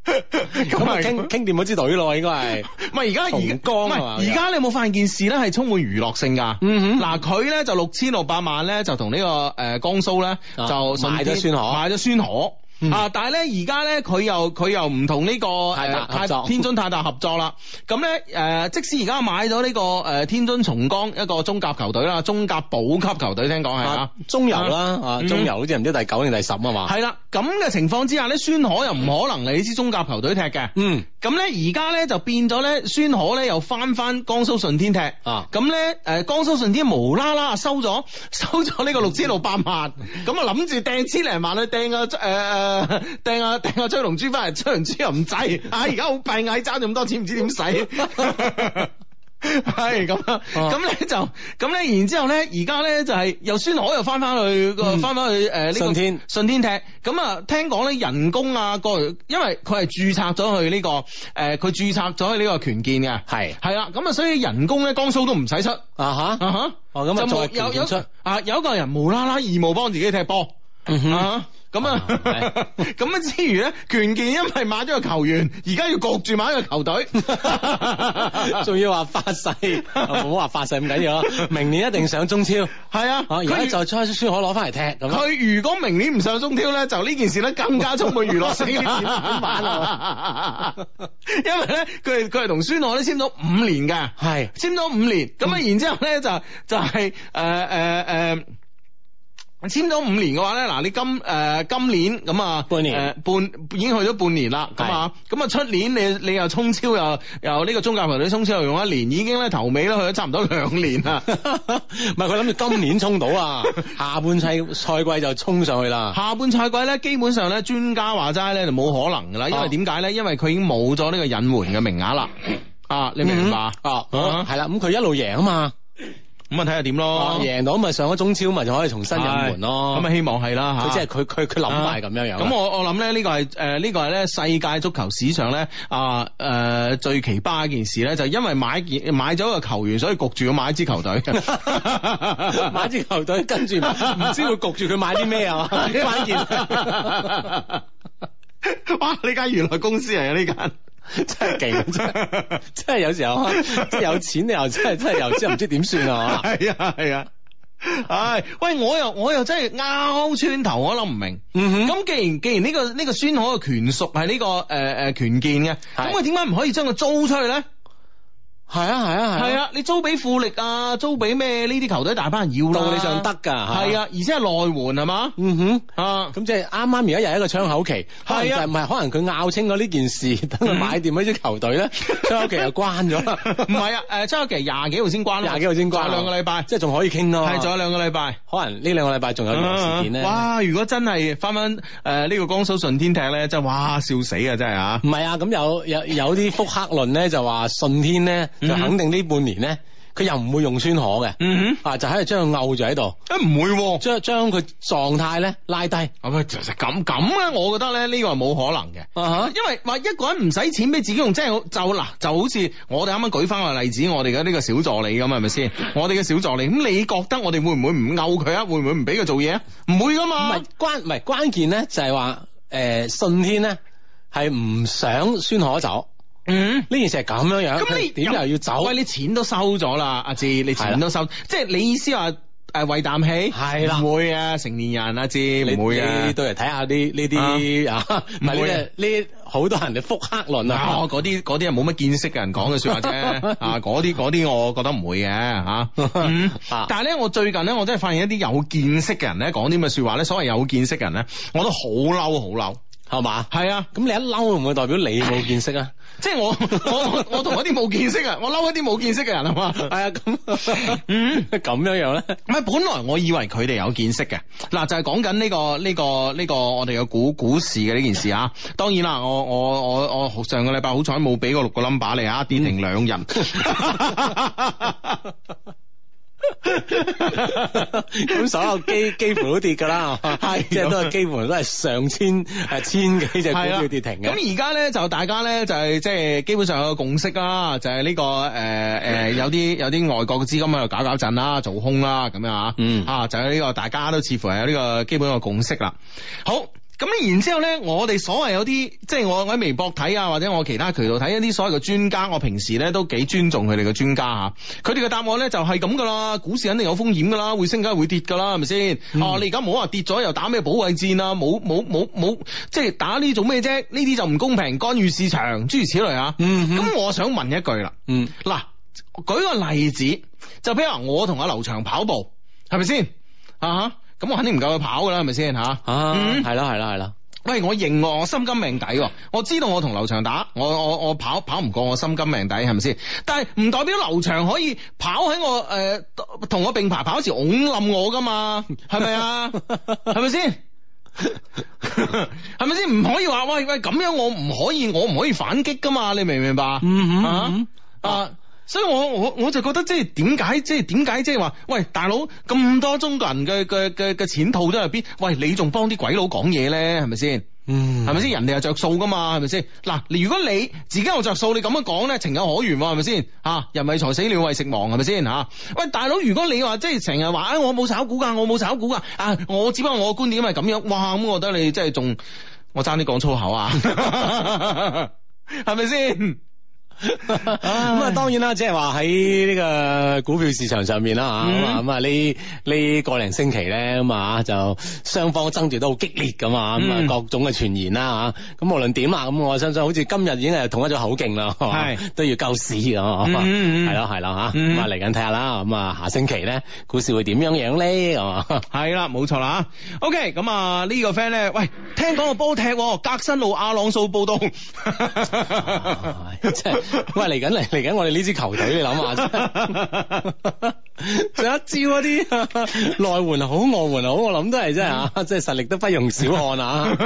咁咁啊，傾傾掂嗰支隊咯，應該係。唔係而家而同唔光啊係嘛而家你有冇發現件事咧係充滿娛樂性㗎？嗯哼嗱佢咧就六千六百萬咧就同呢個誒江蘇咧啊就順買咗便孫河買咗孫河。嗯啊！但係咧，而家咧佢又佢又唔同呢個誒泰達合作天津泰達合作啦。咁咧誒，呃即使而家買咗呢個誒天津松江一個中甲球隊啦，中甲保級球隊聽講係啊啊，，中游啦，啊，嗯中游好似唔知第九定第十啊嘛。係啦。咁嘅情況之下咧，孫河又唔可能嚟呢支中甲球隊踢嘅。嗯，咁咧而家咧就變咗咧，孫可咧又翻翻江蘇舜天踢，啊咁咧誒江蘇舜天無啦啦收咗 收咗呢個六千六百萬，咁啊諗住掟千零萬去掟個誒誒掟啊掟個追龍珠翻嚟，追龍珠又唔制，啊而家好閉翳，爭咁多錢唔知點使。 係咁啊，咁咧就咁咧，然之後咧，而家咧就係又孫可又翻翻去個翻翻去誒呢個舜天順天踢，咁啊聽講咧人工啊個，因為佢係註冊咗去呢個誒，佢註冊咗去呢個權健嘅，係係啦，咁啊所以人工咧江蘇都唔使出，啊啊吓，哈，哦咁就啊冇再有權健出有啊有一個人無啦啦義務幫自己踢波，嗯哼啊咁啊 啊係咁啊之餘咧，權健因為買咗個球員，而家要焗住買一個球隊， 仲要話發誓，啊唔好話發誓咁緊要啦，明年一定上中超。 係啊，啊，而佢家就將孫可攞翻嚟踢咁啊樣。佢如果明年唔上中挑咧，就呢件事咧更加充滿娛樂性點玩啊 因為咧，佢係佢係同孫海咧簽咗五年嘅，係簽咗五年，咁啊，然之後咧就就係誒誒誒。呃簽咗五年嘅話咧，嗱你今誒、今年咁啊，半年誒半已經去咗半年啦，咁啊咁啊出年你你又衝超又又呢個中甲球隊衝超又用一年，已經咧頭尾咧去咗差唔多兩年 啦。唔係佢諗住今年衝到 啊，下半賽賽季就衝上去啦。下半賽季咧，基本上咧，專家話齋咧就冇可能噶啦，因哦為點解咧？因為佢已經冇咗呢個引援嘅名額啦。啊，你明唔明白？啊咁，哦係啦，咁佢一路贏啊嘛，啊睇下點哦咯，贏到咪上咗中超咪就可以重新入門係咯。咁啊，希望係啦嚇佢即係佢佢佢諗法啊係咁樣樣。啊咁我我諗咧呢個係誒呢個係咧世界足球史上咧啊誒最奇葩一件事咧，就係因為買件買咗個球員，所以焗住要買一支球 隊。買支球隊，跟住唔 唔知會焗住佢買啲咩 啊？關鍵哇！呢間原來公司嚟嘅呢間。真係啊勁，真係 真係有時候 即係有錢你又真係真係又真係唔知點算啊！係啊係啊，唉，喂，我又我又真係拗穿頭，我諗唔明。嗯哼，咁既然既然呢、個呢、個孫可嘅權屬係呢個誒誒、呃、權健嘅，咁係佢點解唔可以將佢租出去咧？ 係啊係啊係係啊，啊，你租俾富力啊，租俾咩呢啲球隊大班人要啦，道理上得㗎係啊，而且係內援係嘛嗯哼。 啊。咁即係啱啱而家又係一個窗口期，可能係就啊嗯係唔係可能佢拗清咗呢件事， 等佢買掂呢支球隊咧， 窗口期又關咗啦，唔係啊，誒，周期廿幾號先關啦，廿幾號先關哦仲有兩個禮拜，即係仲可以傾咯。係仲有兩個禮拜。可能呢兩個禮拜仲有呢個事件咧。啊哇！如果真係翻翻誒呢個江蘇舜天踢咧，真係哇笑死啊！真係啊唔！係啊，咁有有有啲福克論咧就話信天咧就嗯哼肯定呢半年咧佢又唔會用酸可嘅，嗯啊就喺度將佢摳住喺度，哼，誒啊唔會喎。將將佢狀態咧拉低。啊喂，其實咁咁咧，我覺得咧呢個係冇可能嘅。啊因為話一個人唔使錢俾自己用，真係好就嗱就好似我哋啱啱舉翻個例子，我哋嘅呢個小助理咁係咪先？我哋嘅小助理，咁你覺得我哋會唔會唔摳佢啊？會唔會唔俾佢做嘢啊？唔會噶唔嘛係。關唔係關鍵咧就係話誒信天咧係唔想酸可走嗯。呢件事係咁樣樣，咁你啊佢點有又要走？喂，你錢都收咗啦，阿志，你係啦錢都收，即係你意思話誒為啖氣？係啦唔會啊，成年人阿志你唔會你啊。到嚟睇下啲呢啲啊，唔係唔會啊呢啲呢好多人嘅福克論啊！啊我， 嗰啲嗰啲係冇乜見識嘅人講嘅説話啫， 啊嗰啲嗰啲我覺得唔會嘅嚇、 啊嗯啊但係咧，我最近咧，我真係發現一啲有見識嘅人咧講啲咁嘅説話咧，所謂有見識嘅人咧，我都好嬲，好嬲。係嘛？係啊，咁你一嬲會唔會代表你冇見 識啊？即係我我我我同一啲冇見識嘅，我嬲一啲冇見識嘅人啊嘛。係啊，咁 嗯。 咁樣 樣咧，唔係，本來我以為佢哋有見識嘅，嗱就係講緊呢個呢、個呢、個我哋嘅股股市嘅呢件事啊。當然啦，我我我我上個禮拜好彩冇俾個六個 number 你啊，跌停兩人。 咁所有基幾乎都跌㗎啦，係即係都係基本都係上千誒千幾隻股係啦啊票跌停嘅，咁而家咧就大家咧就係即係基本上有個共識啦，就係、呢、個誒誒、嗯呃有啲有啲外國嘅資金喺度搞搞震啦，做空啦咁樣啊，嗯啊就係呢、個大家都似乎係有呢個基本嘅共識啦。好。咁然之後咧，我哋所謂有啲，即係我我喺微博睇啊，或者我其他渠道睇一啲所謂嘅專家，我平時咧都幾尊重佢哋嘅專家嚇。佢哋嘅答案咧就係咁噶啦，股市肯定有風險噶啦，會升梗係會跌噶啦，係咪先？嗯哦，你而家唔好話跌咗又打咩保衞戰啊，冇冇冇冇，即係打呢做咩啫？呢啲就唔公平，干預市場，諸如此類啊。嗯哼咁我想問一句啦，嗯嗱，舉個例子，就比如話我同阿劉翔跑步，係咪先啊哈？咁我肯定唔夠佢跑噶啦，係咪先嚇？啊，嗯係啦係啦係啦，喂，我認喎，我心甘命抵喎，我知道我同劉翔打，我我我跑跑唔過，我心甘命抵係咪先？但係唔代表劉翔可以跑喺我誒同、我並排跑時擁冧我噶嘛，係咪啊？ 係咪先？係咪先？唔可以話喂喂咁樣，我唔可以，我唔可以反擊噶嘛？你明唔明白？嗯啊哼啊！所以我我我就覺得即係點解即係點解即係話，喂大佬咁多中國人嘅嘅嘅嘅錢套咗入邊，喂你仲幫啲鬼佬講嘢咧，係咪先？嗯，啊係咪先？人哋又着數噶嘛，係咪先？嗱，你如果你自己有着數，你咁樣講咧，情有可原喎，係咪先？嚇，人為財死，鳥為食亡，係咪先？嚇，喂，大佬，如果你話即係成日話，啊，我冇炒股㗎，我冇炒股㗎，啊，我只不過我嘅觀點係咁樣，哇，咁我覺得你真係仲，我爭啲講粗口啊，係咪先？咁啊，當然啦，即係話喺呢個股票市場上面啦嚇，咁啊嗯咁啊呢呢個零星期咧咁啊就雙方爭奪都好激烈咁啊，咁啊嗯各種嘅傳言啦嚇，咁無論點啊，咁我相信好似今日已經係統一咗口徑啦，係 都要救市咁啊，嗯嗯嗯係咯係咯嚇，嗯咁啊嚟緊睇下啦，咁啊下星期咧股市會點樣樣啊咧，係嘛？係啦，冇錯啦。OK，咁啊呢個 friend 咧，喂，聽講個波踢喎革新路阿朗素報道，唉 真係喂嚟緊嚟嚟緊，我哋呢支球隊你諗下真係。仲有一招嗰啲 內援好，外援好，我諗都係真係啊，即係實力都不容小 看啊！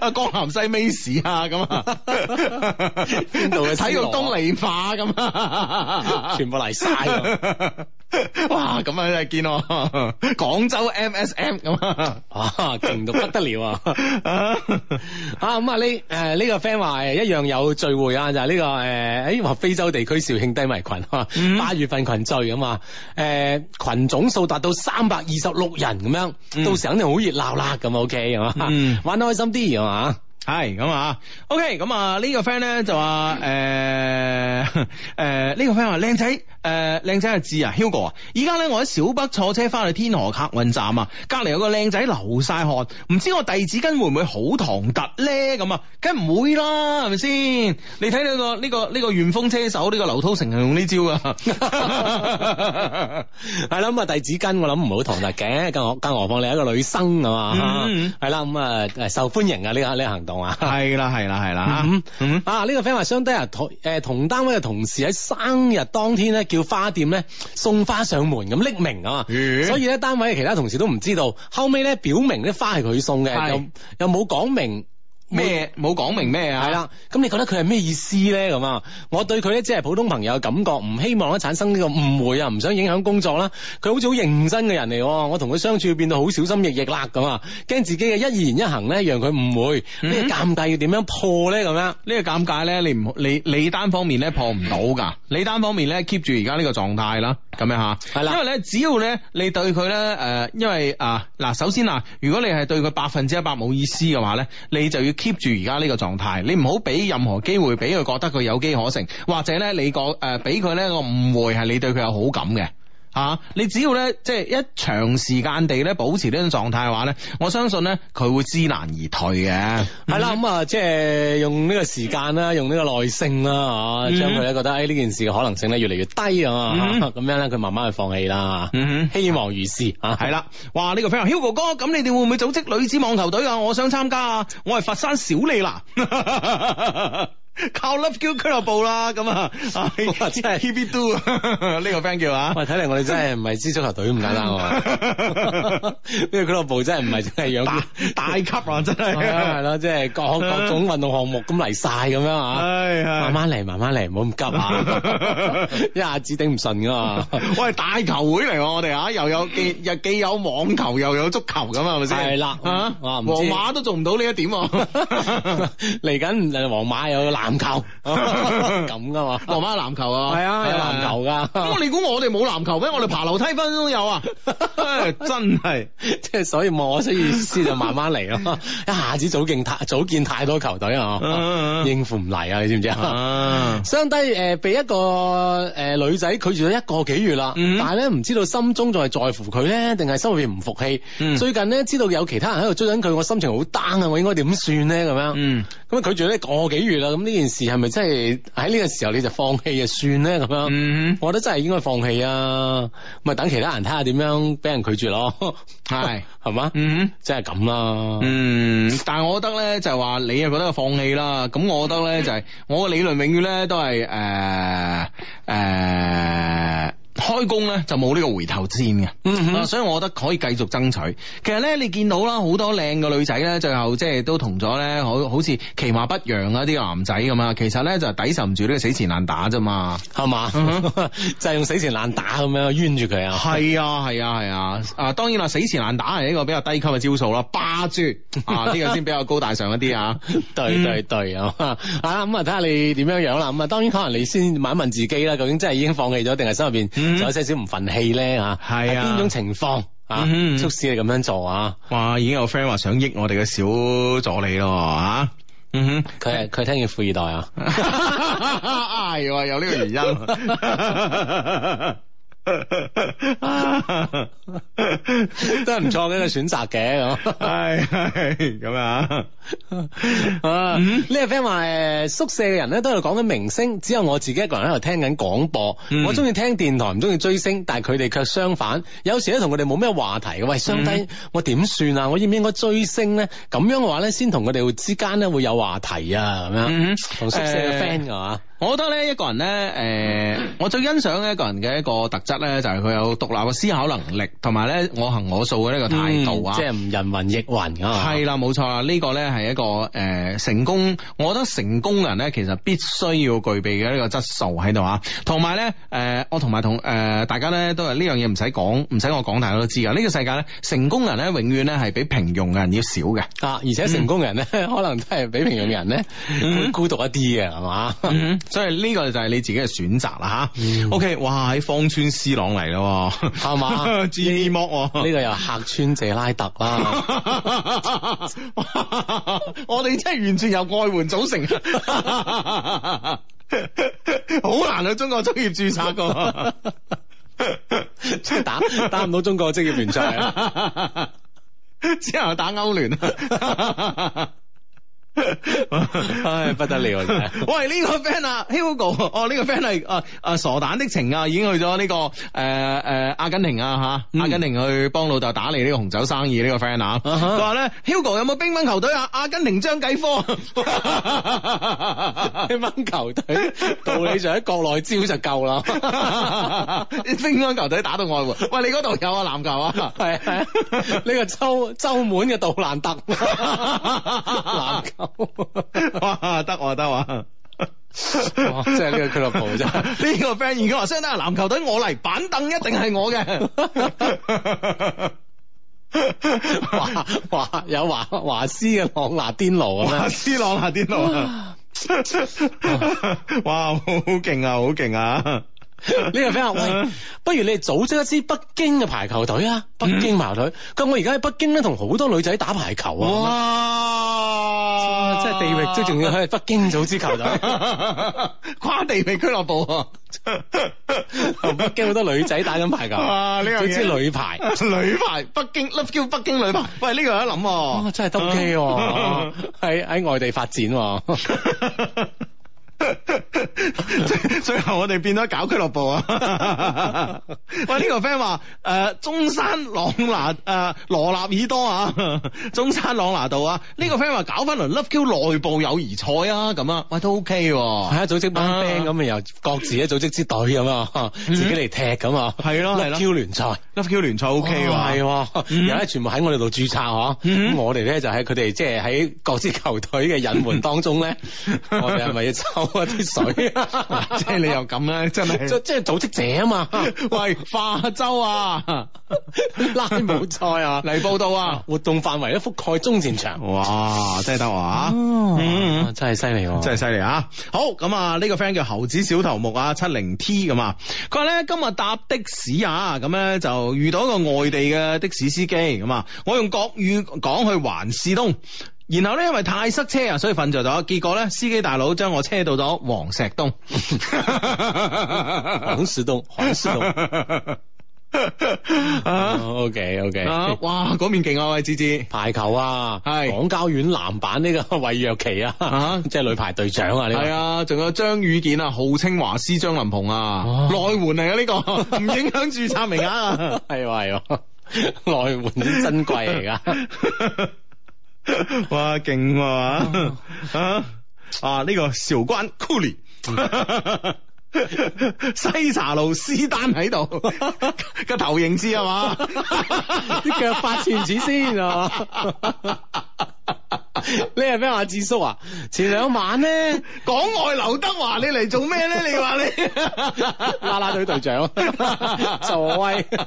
啊，江南西 Miss 啊，咁啊，邊度嘅啊體育東尼化咁啊，全部嚟晒啊， 哇，咁啊真係 見我廣州 MSM 咁啊，啊，勁到不得了啊！ 啊 啊咁啊呢誒呢個 friend 話誒一樣有聚會啊，就係呢個誒誒話非洲地區肇慶低迷群 啊嗯，八月份群聚咁嘛，誒群總數達到三百二十六人咁樣，嗯到時肯定好熱鬧啦咁啊 OK 係嘛 嗯，玩得開心啲係嘛， 系咁啊，OK，咁啊呢個 friend 咧就話诶诶呢個 friend 話靚仔诶靚仔阿志啊，Hugo 啊，而家咧我喺小北坐車翻去天河客運站啊，隔離有個靚仔流晒汗，唔知我遞紙巾會唔會好唐突咧咁啊？梗係唔會啦，係咪先？你睇呢、個呢、個呢、個旋風車手呢、個劉滔成係用呢招啊！係啦，咁啊遞紙巾我諗唔好唐突嘅，更何更何況你係一個女生啊嘛，嗯係啦，咁啊誒受歡迎啊呢個呢個行動啊。係啦係啦係啦嗯嗯啊！呢、個 friend 話相低啊，同誒、同單位嘅同事喺生日當天咧，叫花店咧送花上門咁匿名啊嘛，咦所以咧單位嘅其他同事都唔知道，後尾咧表明啲花係佢送嘅，係又又冇講明。咩冇講明咩啊？係啦，咁你覺得佢係咩意思咧？咁啊，我對佢咧只係普通朋友嘅感覺，唔希望咧產生呢個誤會啊，唔想影響工作啦。佢好似好認真嘅人嚟喎，我同佢相處變到好小心翼翼啦，咁啊，驚自己嘅一言一行咧讓佢誤會，嗯呢、個尷尬要點樣破咧？咁樣。呢個尷尬咧，你唔你你單方面咧破唔到㗎，你單方面咧 keep 住而家呢個狀態啦，咁樣吓，係啦因為咧，只要咧你對佢咧誒，因為啊嗱，首先啊，如果你係對佢百分之一百冇意思嘅話咧，你就要 keep 住而家呢個狀態，你唔好俾任何機會俾佢覺得佢有機可乘，或者咧你個誒俾佢咧個誤會係你對佢有好感嘅。吓、你只要咧，即係一長時間地咧保持呢種狀態嘅話咧，我相信咧佢會知難而退嘅。系啦，咁啊，即係用呢個時間啦，用呢個耐性啦，啊嗯嚇，將佢咧覺得誒呢件事嘅可能性咧越嚟越低啊，嗯咁樣咧佢慢慢去放棄啦，嗯哼。希望如是 啊，系啦，哇！呢、個 friend 話 Hugo 哥，咁你哋會唔會組織女子網球隊啊？我想參加啊！我係佛山小李啦。 靠 Love Q 俱樂部啦，咁啊， 哇真係 Hebe Do 呢個 friend 叫啊，喂，睇嚟我哋真係唔係支足球隊咁簡單 喎，呢個俱樂部真係唔係真係養大大級啊，真係， 係 啦係啦，即係各各種運動項目咁嚟晒咁樣啊，嗯係係慢慢嚟，慢慢嚟，唔好咁 急啊，一下子頂唔順噶嘛。 喂，大球會嚟喎，我哋啊，又有既又既有網球，又有足球咁啊，係咪先？係啦啊，哇皇唔知馬都做唔到呢一點喎， 嚟緊誒皇馬有籃球 咁噶嘛，皇馬有籃球啊，係啊，有籃球㗎。咁你估我哋冇籃球咩？我哋爬樓梯分都有啊！唉 真係即係所以我所以意思就慢慢嚟 咯，一下子組建太組建太多球隊啊嗯，嗯 應付唔嚟啊，你知唔知啊？相低誒、呃被一個誒、呃女仔拒絕咗一個幾月啦，嗯但係咧唔知道心中仲係在乎佢咧，定係心入邊唔服氣。嗯最近咧知道有其他人喺度追緊佢，我心情好 down 啊，我應該點算咧咁樣？嗯咁啊拒絕咗一個幾月啦，咁呢件事係咪真係喺呢個時候你就放棄就算咧咁樣？嗯，我覺得真係應該放棄啊，咪等其他人睇下點樣俾人拒絕咯，係 係嘛？嗯真係咁啦。嗯，但係我覺得咧就係話你又覺得放棄啦，咁我覺得咧就係我嘅理論永遠咧都係誒誒開工咧就冇呢個回頭箭嘅。嗯啊，所以我覺得可以繼續爭取。其實咧，你見到啦，好多靚嘅女仔咧，最後即係都同咗咧，好好似騎馬不揚啊啲男仔咁啊。其實咧就係抵受唔住呢個死纏爛打啫嘛。係嘛？ 就係用死纏爛打咁樣冤住佢啊！嗯係啊，係啊，係啊。啊，當然啦，死纏爛打係一個比較低級嘅招數啦，霸住啊， 呢、個先比較高大上一啲啊。 對對對啊！啊咁啊，睇下你點樣樣啦。咁啊，當然可能你先問一問自己啦，究竟真係已經放棄咗，定係心入邊嗯仲有些少唔忿氣咧？嚇，係啊邊種情況啊嗯？促使你咁樣做啊？哇，已經有 friend 話想益我哋嘅小助理咯啊。嗯哼。佢係佢聽見富二代啊？係喎，哎有呢個原因。 都係唔錯嘅一個選擇嘅 咁。係係哎咁啊！啊！呢個 friend 話誒宿舍嘅人咧都喺度講緊明星，只有我自己一個人喺度聽緊廣播。嗯我中意聽電台，唔中意追星，但係佢哋卻相反。有時咧同佢哋冇咩話題嘅，喂，相低、我點算啊？我應唔應該追星咧？咁樣嘅話咧，先同佢哋之間咧會有話題啊，咁樣嗯同宿舍嘅誒 friend 㗎嘛。我覺得咧，一個人咧，誒、我最欣賞一個人嘅一個特質咧，就係、佢有獨立嘅思考能力，同埋咧我行我素嘅呢個態度啊。嗯即係唔人云亦云啊！係啦，冇錯啦，呢、個咧係一個誒、成功，我覺得成功人咧其實必須要具備嘅呢個質素喺度啊。同埋咧誒，我同埋同誒大家咧都係呢樣嘢唔使講，唔使我講，大家都知噶。呢、個世界咧，成功人咧永遠咧係比平庸嘅人要少嘅。嗯 啊！而且成功嘅人咧，可能都係比平庸嘅人咧，會孤獨一啲嘅，係嘛？嗯 所以呢個就係你自己嘅選擇啦吓。嗯 OK，哇，喺芳村斯朗嚟咯喎，係嘛 自意剝喎呢個又客川謝拉特啦， 我哋真係完全由外援組成， 好難啊去中國職業註冊噶。打打唔到中國職業聯賽啊！ 之後打歐聯。啊 唉，不得了啊真係！ 喂，呢、個 friend 啊，Hugo，哦，呢、個 friend 係啊啊傻蛋的情啊，已經去咗呢、個誒誒、呃呃阿根廷啊吓，嗯阿根廷去幫老豆打理呢個紅酒生意呢、個 friend 啊，啊哈佢話咧 Hugo 有冇乒乓球隊啊？阿根廷張繼 科， 乒乓球隊道理上喺國內招就夠啦，乒乓球隊打到外援，喂，你嗰度有啊籃球啊？係係啊呢個周周滿嘅杜蘭特 籃球。哇，得喎得喎。哇哦真係呢個俱樂部真 係呢個 friend 已經話，相當係籃球隊我嚟，板凳一定係我 嘅。華華有華華師嘅朗拿甸奴哇！啊斯朗下癲佬啊！哇，好勁啊，好勁啊！咩？呢個 friend 話喂，不如你哋組織一支北京嘅排球隊啊！北京排球隊，咁我而家喺北京咧，同好多女仔打排球啊！哇哇，真係地域都仲要喺北京組織球隊。 跨地域俱樂部 啊！北京哦好多女仔打緊 排球，哇啊呢樣嘢啊總之女排。 女排，北京 love 叫北京女排。喂，呢個有得諗哇！喎，哦真係得機喎，喺喺外地發展啊喎， 最最後我哋變咗搞俱樂部啊！ 喂，呢、個 friend 話誒中山朗拿誒、羅納爾多啊， 中山朗拿度啊，呢、個 friend 話搞翻輪 Love Q 內部友誼賽啊，咁啊，喂都 OK 喎、係啊，組織班 band 咁啊，又各自咧組織支隊咁啊，自己嚟踢咁啊，係嗯咯係咯 Q 聯賽 Love Q 聯賽 OK 哇係喎， 喎，嗯有咧全部喺我哋度註冊嗬，嗯咁我哋咧就喺佢哋即係喺各支球隊嘅隱瞞當 中咧，我哋係咪要抽一啲水啊？ 即係你又咁啦，真 即係。即係組織者啊嘛， 喂，化州 啊，拉姆賽啊，嚟報道啊！活動範圍咧覆蓋中前場，哇，真係得啊哇！嗯哦嗯真係犀利喎，真係犀利啊！好咁啊，呢個 friend 叫猴子小頭目啊，七零 T 咁啊，佢話咧今日搭的士啊，咁咧就遇到一個外地嘅的士司機咁啊，我用國語講去環市東。然後咧，因為太塞車啊，所以瞓着咗。結果咧，司機大佬將我車到咗黃石 東。好樹 洞，好 樹洞。啊 O K O K，啊！哇，嗰面勁啊，喂，芝芝。排球啊，係港交院男版呢個 魏若琪啊啊，即係女排隊長啊，呢係個啊，仲有張宇健啊，號稱華師張林鵬啊哦，內援嚟啊呢個，唔影響註冊名額啊。係喎係 喎，內援啲珍貴嚟噶， 哇，勁喎哦啊！啊，呢個韶關 Cooley。西茶路斯丹喺度， 個頭型知啊嘛？啲 腳法似唔似先 啊？你係咩話智叔啊？前兩晚咧，港外劉德華，你嚟做咩咧？你話你？ 啦啦隊隊 長助威，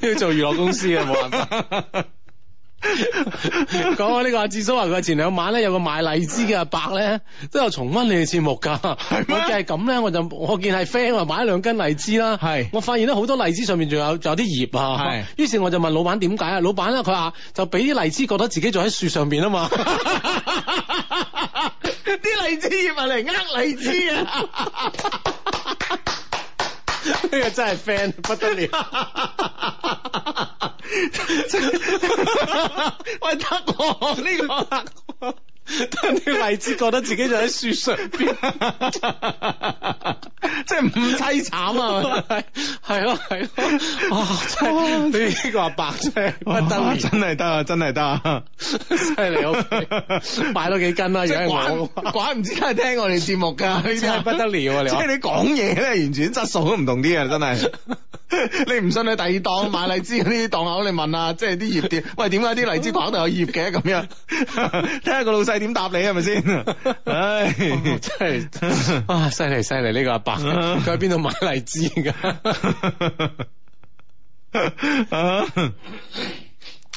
要做娛樂公司啊，冇辦法。 講開呢個阿智叔話佢前兩晚咧有個賣荔枝嘅阿伯咧都有重温你哋節目㗎，咩我見係咁咧，我就我見係 friend 話買兩斤荔枝啦，係我發現咧好多荔枝上面仲有仲有啲葉啊，係於是我就問老闆點解啊，老闆咧佢話就俾啲荔枝覺得自己仲喺樹上邊 啊嘛，啲荔枝葉嚟呃荔枝啊！ 呢個真係 friend 不得 了，喂，得我呢個得喎啲荔枝覺得自己仲喺樹上邊。即係唔凄慘啊！ 係係咯係咯，哇！真係你呢個阿伯真係不得哇了，真係得啊，真係得啊！犀利，OK，買多幾斤啦，即如係果係怪我嘅話，怪唔知真係聽我哋節目 㗎，呢啲真係不得了啊！你即話係你講嘢咧，完全質素都唔同啲啊！真係，你唔信你第二檔買荔枝嗰啲檔口，你問啊，即係啲葉店，喂，點解啲荔枝框度有葉嘅 咁 樣？睇下個老細點答你係咪 先？唉，哦真 係啊，犀利犀利！呢個阿伯，啊佢喺邊度買荔枝 㗎？啊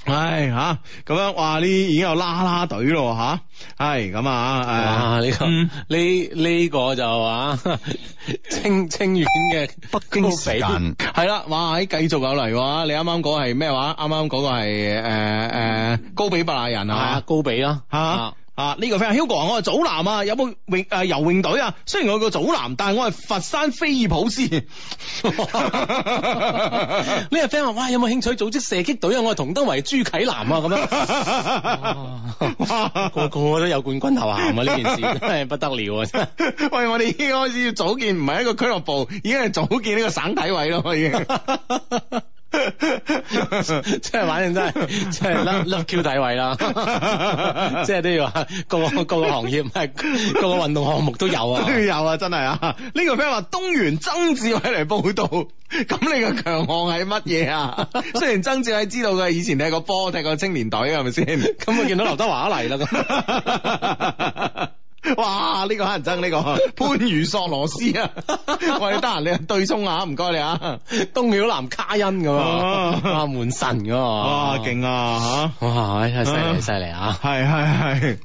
唉吓，咁、样哇，呢已經有啦啦隊咯吓，係咁啊，诶、哇！呢個嗯呢呢個就啊， 清清遠嘅北京時間 系啦，哇！喺繼續有嚟喎，你啱啱嗰個係咩話？啱啱嗰個係诶诶高比伯納人係啊啊，高比啦吓。啊！呢、個 friend Hugo 話我係祖藍啊，有冇泳誒、游泳隊啊？雖然我個祖藍，但係我係佛山菲爾普斯。 呢個 friend 話：，哇，有冇興趣組織射擊隊啊？我係同德為朱啟南啊，咁哦樣， 個個都有冠軍頭銜啊！呢件事真係不得了啊！真係喂，我哋已經開始要組建，唔係一個俱樂部，已經係組建呢個省體委咯，已 經。 真係反正真係真係甩甩 Q 底位啦， 即係都要話各 個各個行業，唔係各個運動項目都有啊。有啊，真係啊！呢、個 friend 話東原曾志偉嚟報道，咁你個強項係乜嘢 啊？雖然曾志偉知道佢以前踢過波，踢過青年隊，啊係咪先？咁我見到劉德華嚟啦，咁 哇！呢、個乞人憎，呢、個番禺索羅斯 啊！我哋得閒你對沖下，唔該你啊！東曉南卡恩咁啊，啊哇門神咁啊，！啊嚇！哇，哎真係犀啊利犀利啊！系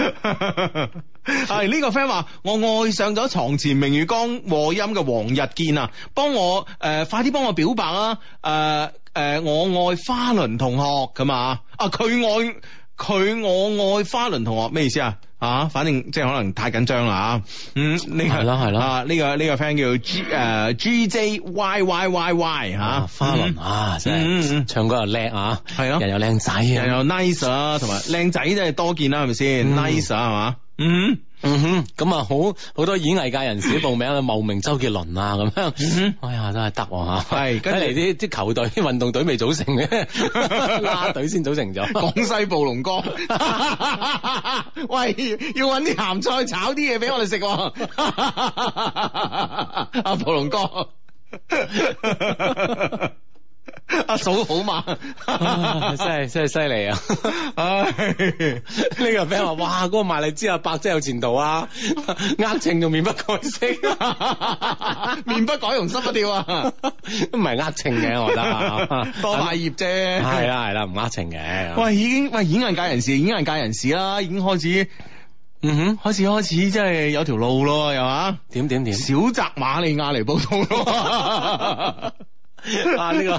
系系。系呢個 friend 話：我愛上咗床前明月光和音嘅黃日健啊，幫我誒、呃快啲幫我表白啊！誒、呃、呃我愛花輪同學咁啊，啊佢愛佢我愛花輪同學咩意思啊？啊，反正即係可能太緊張啦啊！嗯，呢、個係啦係啦啊呢、個呢、個 friend 叫 G 誒、G J Y Y Y Y 嚇、啊，花輪嗯啊，真嗯嗯係唱歌又叻啊，係咯人又靚仔又啊，有 nice 啦，同埋靚仔真係多見啦，係咪先嗯？nice 啊，係嘛？嗯嗯哼，咁啊好好多演藝界人士都報名啊，茂名周杰倫啊咁樣嗯，哎呀真係得喎嚇，係跟睇住嚟啲啲球隊啲運動隊未組 成嘅，啦隊先組成哼， 咗，廣西暴龍哥，喂，要揾啲鹹菜炒啲嘢俾我哋食喎， 阿暴龍哥， 阿嫂好嘛？啊真係真係犀利啊！唉。呢個 friend 話：，哇，嗰、個賣荔枝阿伯真係有前途啊！ 呃秤仲面不改色， 面不改容心不跳 啊！唔係呃秤嘅，我覺得啊多賣業啫，係 啦係啦，唔呃秤嘅。，喂，已經喂演藝界人士，演藝界人士啦，已經開始嗯哼，開始開始，真係有條路咯，係嘛？點點點小澤瑪利亞嚟報道咯。啊？呢、個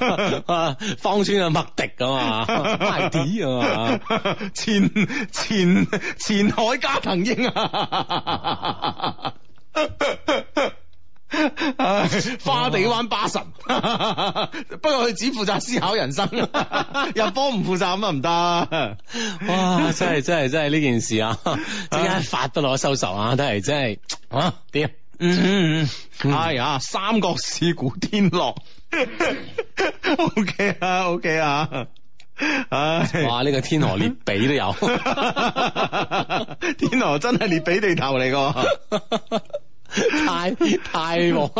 啊，芳村嘅麥迪啊嘛，麥迪啊嘛。 前前前海加藤英啊，唉花地灣巴神，不過佢只負責思考人生，入波唔負責咁啊唔得。 哇！真 係真係真係呢件事 啊，即刻發不可收拾啊！睇嚟真係啊點？嗯嗯嗯，嗯哎啊，三國市古天樂 ，OK 啊，OK 啊，唉。哇！呢、個天河列比都 有。 天河真係列比地頭嚟噶， 太太和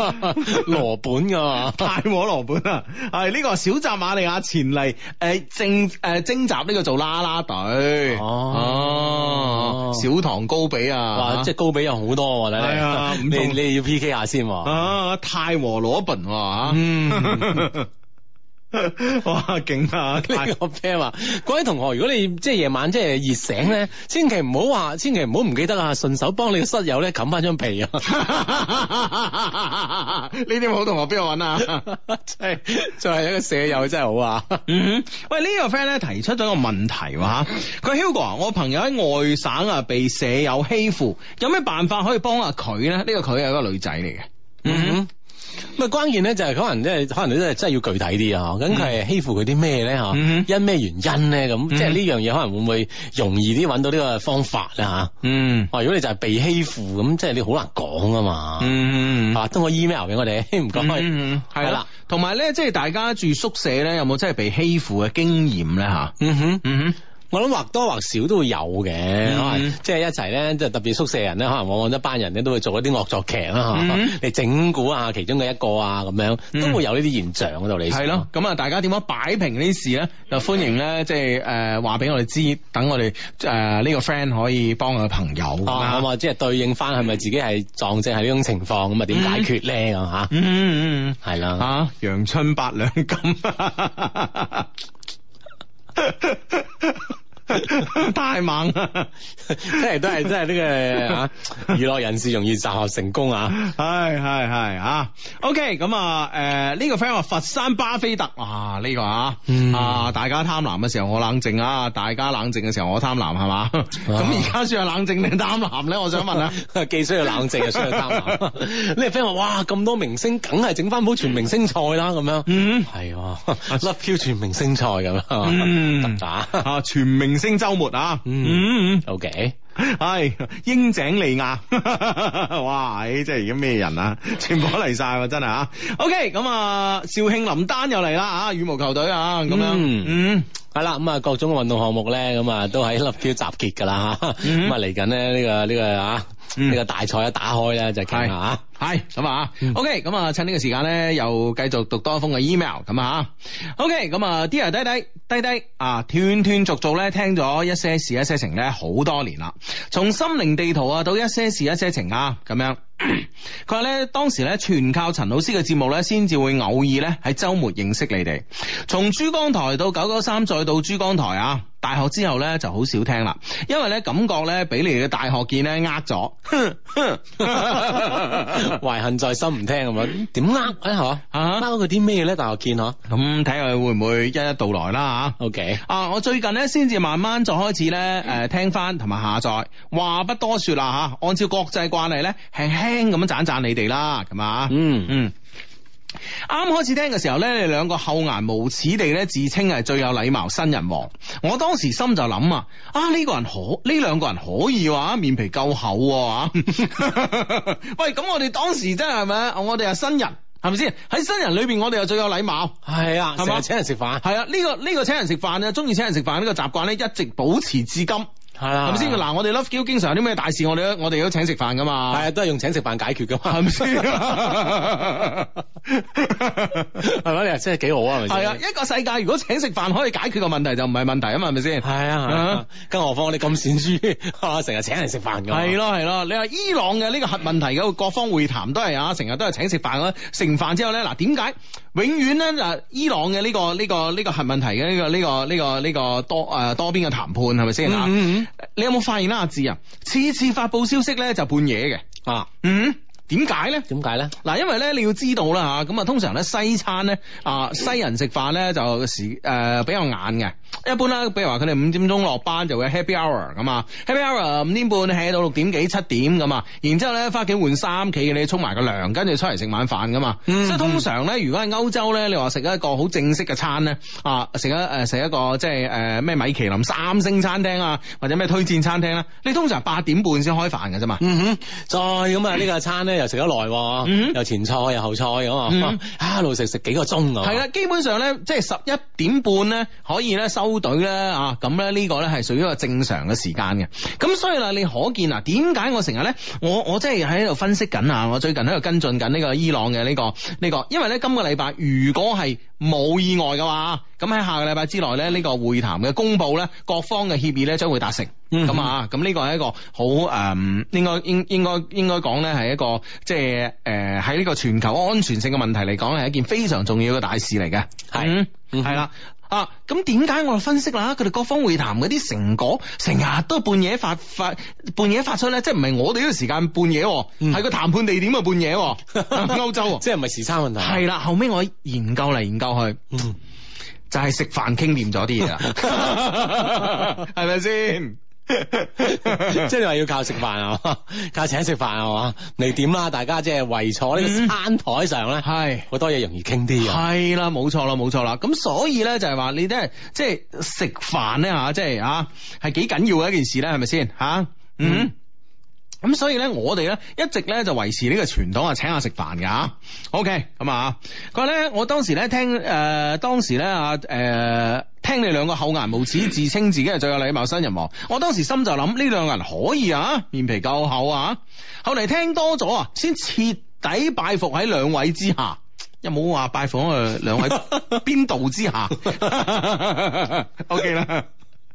羅本噶 嘛，太和羅本啊！係呢個小澤瑪利亞前嚟誒征誒征集呢個做啦啦隊哦哦小唐高比啊，哇！即係高比有好多喎，睇嚟係啊唔你同你要 P K 下先喎。啊太和羅本喎啊！ 嗯 哇，勁啊！ 太呢個 friend 話：各位同學，如果你即係夜晚即係熱醒咧，千祈唔好話，千祈唔好唔記得啊，順手幫你嘅室友咧冚翻張被 啊！ 呢啲好同學邊度揾 啊？真係作為一個舍友真係好啊！嗯哼，喂，呢、個 friend 咧提出咗個問題喎嚇，佢 Hugo 啊，我朋友喺外省啊被舍友欺負，有咩辦法可以幫下佢咧？呢、個佢係一個女仔嚟嘅。嗯咁啊，關鍵咧就係可能即係可能你真係真係要具體啲啊，咁佢係欺負佢啲咩咧嚇？嗯因咩原因咧？咁即係呢樣嘢可能會唔會容易啲揾到呢個方法咧嚇？哦嗯哇！如果你就係被欺負咁，即係你好難講啊嘛。嗯啊，通過 email 俾我哋，唔該。嗯，係係啦啦，同埋咧，即係大家住宿舍咧，有冇真係被欺負嘅經驗咧吓，嗯哼，嗯我諗或多或少都會有嘅，可能即係一齊咧，即係特別宿舍人咧，可能往往一班人咧都會做一啲惡作劇啊啦，嚇嗯嚟整蠱下其中嘅一個啊，咁樣嗯都會有呢啲現象嗰度你。係咯，，咁啊，大家點樣擺平呢啲事咧？就歡迎嗯咧，即係誒話俾我哋知，等我哋誒呢個 friend 可以幫佢朋友咁啊啦咁啊，即係對應翻係咪自己係撞正係呢種情況咁啊？點解決咧咁啊嚇？嗯啊嗯嗯。 係啦，啊，陽春八兩金， 太猛啦！真係都係真係呢個啊，娛樂人士容易集合成功啊！係係係啊，OK，咁啊，誒、呢、個 friend 話佛山巴菲特啊，呢、個啊，嗯啊，大家貪婪嘅時候我冷靜啊，大家冷靜嘅時候我貪婪係啊嘛？咁而家算係冷靜定貪婪咧？我想 問啊。既需要冷靜又需要貪婪。 呢個 friend 話：哇，咁多明星，梗係整翻部全明星賽啦咁樣。嗯係喎， 甩票全明星賽咁啊，嗯得唔得 啊啊！全明星周末啊，嗯嗯， ？O K，系英井利亞， 哇！唉即係而家咩人啊？全部都嚟晒喎，真係啊！OK，咁啊，肇慶林丹又嚟啦啊，羽毛球隊啊，咁樣，嗯嗯係啦，咁啊各種運動項目咧，咁啊都喺 甩票集結㗎啦嚇。嗯咁啊嚟緊咧呢個呢個啊嗯呢個大賽一打開咧就傾下啊。 係咁啊，OK，咁啊，趁呢個時間咧，又繼續讀多一封嘅 email 咁啊，OK，咁啊，Dear 低低低低啊，斷斷續續咧聽咗一些事一些情咧好多年啦，從心靈地圖啊到一些事一些情啊咁樣。佢話咧，當時咧全靠陳老師嘅節目咧，先至會偶爾咧喺週末認識你哋。從珠江台到九九三，再到珠江台啊，大學之後咧就好少聽啦，因為咧感覺咧俾你哋嘅大學見咧呃咗。 懷恨在心唔聽咁樣，點呃咧嗬？啊呃佢啲咩咧？大學見嗬咁睇下佢會唔會一一道來啦嚇。 ？O K，啊！我最近咧先至慢慢就開始咧，誒、聽翻同埋下載。話不多說啦啊嚇，按照國際慣例咧，輕輕咁樣讚讚你哋啦，咁啊，嗯嗯。啱開始聽嘅時候咧，你兩個厚顏無恥地咧自稱係最有禮貌新人王。我當時心就諗啊，啊呢、個人可呢兩個人可以話、面皮夠厚喎啊。 喂，咁我哋當時真係咪？我哋係新人，係咪先？喺新人裏邊，我哋又最有禮貌。係啊，係嘛成日請人食飯，係啊，呢、個呢、個請人食飯咧，中意請人食飯呢個習慣咧，一直保持至今，係係啦咪先？嗱，我哋 Love Q 經常有啲咩大事，我哋都我哋都請食飯噶係嘛，啊，都係用請食飯解決噶嘛， 係咪啊先？係咪？你話真係幾好啊？係咪先係啊，一個世界如果請食飯可以解決個問題，就唔係問題啊嘛，係咪先？係啊，係啊啊更何況我哋咁善珠， 啊成日請人食飯㗎嘛。係咯係咯，你話伊朗嘅呢個核問題嘅各方會談都係啊，成日都係請食飯啦。食完飯之後咧，嗱點解永遠咧嗱伊朗嘅呢、個呢、個呢、個核問題嘅呢、個呢、個呢、個呢、個多誒、呃多邊嘅談判係咪先啊？嗯嗯你有冇發現啦，阿志啊，次次發布消息咧就半夜嘅，啊，嗯，點解咧？點解咧？嗱，因為咧你要知道啦嚇，咁啊通常咧西餐咧啊西人食飯咧就時誒、呃比較晏嘅，一般啦，譬如話佢哋五點鐘落班就會 happy hour 咁啊，happy hour 五點半 hea 到六點幾七點咁啊，然之後咧翻屋企換衫，企你沖埋個涼，跟住出嚟食晚飯噶嘛，嗯所以通常咧如果喺歐洲咧，你話食一個好正式嘅餐咧啊，食一誒食一個即係誒咩米其林三星餐廳啊，或者咩推薦餐廳咧，你通常八點半先開飯嘅啫嘛。嗯哼，再咁啊，呢個餐咧又食得耐嗯喎，又前菜又後菜咁啊嗯，啊一路食食幾個鐘啊。係啦，基本上咧，即係十一點半咧，可以咧收隊咧啊，咁咧呢個咧係屬於一個正常嘅時間嘅。咁所以啦，你可見啊，點解我成日咧，我我真係喺度分析緊啊，我最近喺度跟進緊呢個伊朗嘅呢、個呢、個，因為咧今個禮拜如果係冇意外嘅話，咁喺下個禮拜之內咧，呢、個會談嘅公佈咧，各方嘅協議咧將會達成。嗯咁啊，咁呢個係一個好誒、嗯，應該應應該應該講咧係一個即係誒喺呢個全球安全性嘅問題嚟講，係一件非常重要嘅大事嚟嘅。係嗯係啦。啊，咁點解我哋分析啦？佢哋各方會談嗰啲成果，成日都半夜發發半夜發出咧，即係唔係我哋呢個時間半夜喎，嗯係個談判地點嘅半夜 喎，歐洲喎。即係唔係時差問題？啊係啦，後尾我研究嚟研究去，嗯。就係食飯傾掂咗啲嘢 啦，係咪先？即係你話要靠食飯啊， 靠請食飯啊嘛，你點啦？大家即係圍坐呢個餐台上嗯咧，係啊好多嘢容易傾啲啊。係啦，冇錯啦，冇錯啦。咁所以咧就係話你都係即係食飯咧吓，即係啊係幾緊要嘅一件事咧，係咪先吓？嗯。咁所以咧，我哋咧一直咧就維持呢個傳統啊，請下食飯㗎吓 OK，咁啊，佢話咧，我當時咧聽誒、呃，當時咧啊誒，聽你兩個厚顏無恥，自稱自己係最有禮貌新人王。我當時心就諗，呢兩個人可以啊，面皮夠厚啊。後嚟聽多咗啊，先徹底拜服喺兩位之下。有冇話拜服誒兩位邊度之下？OK 啦。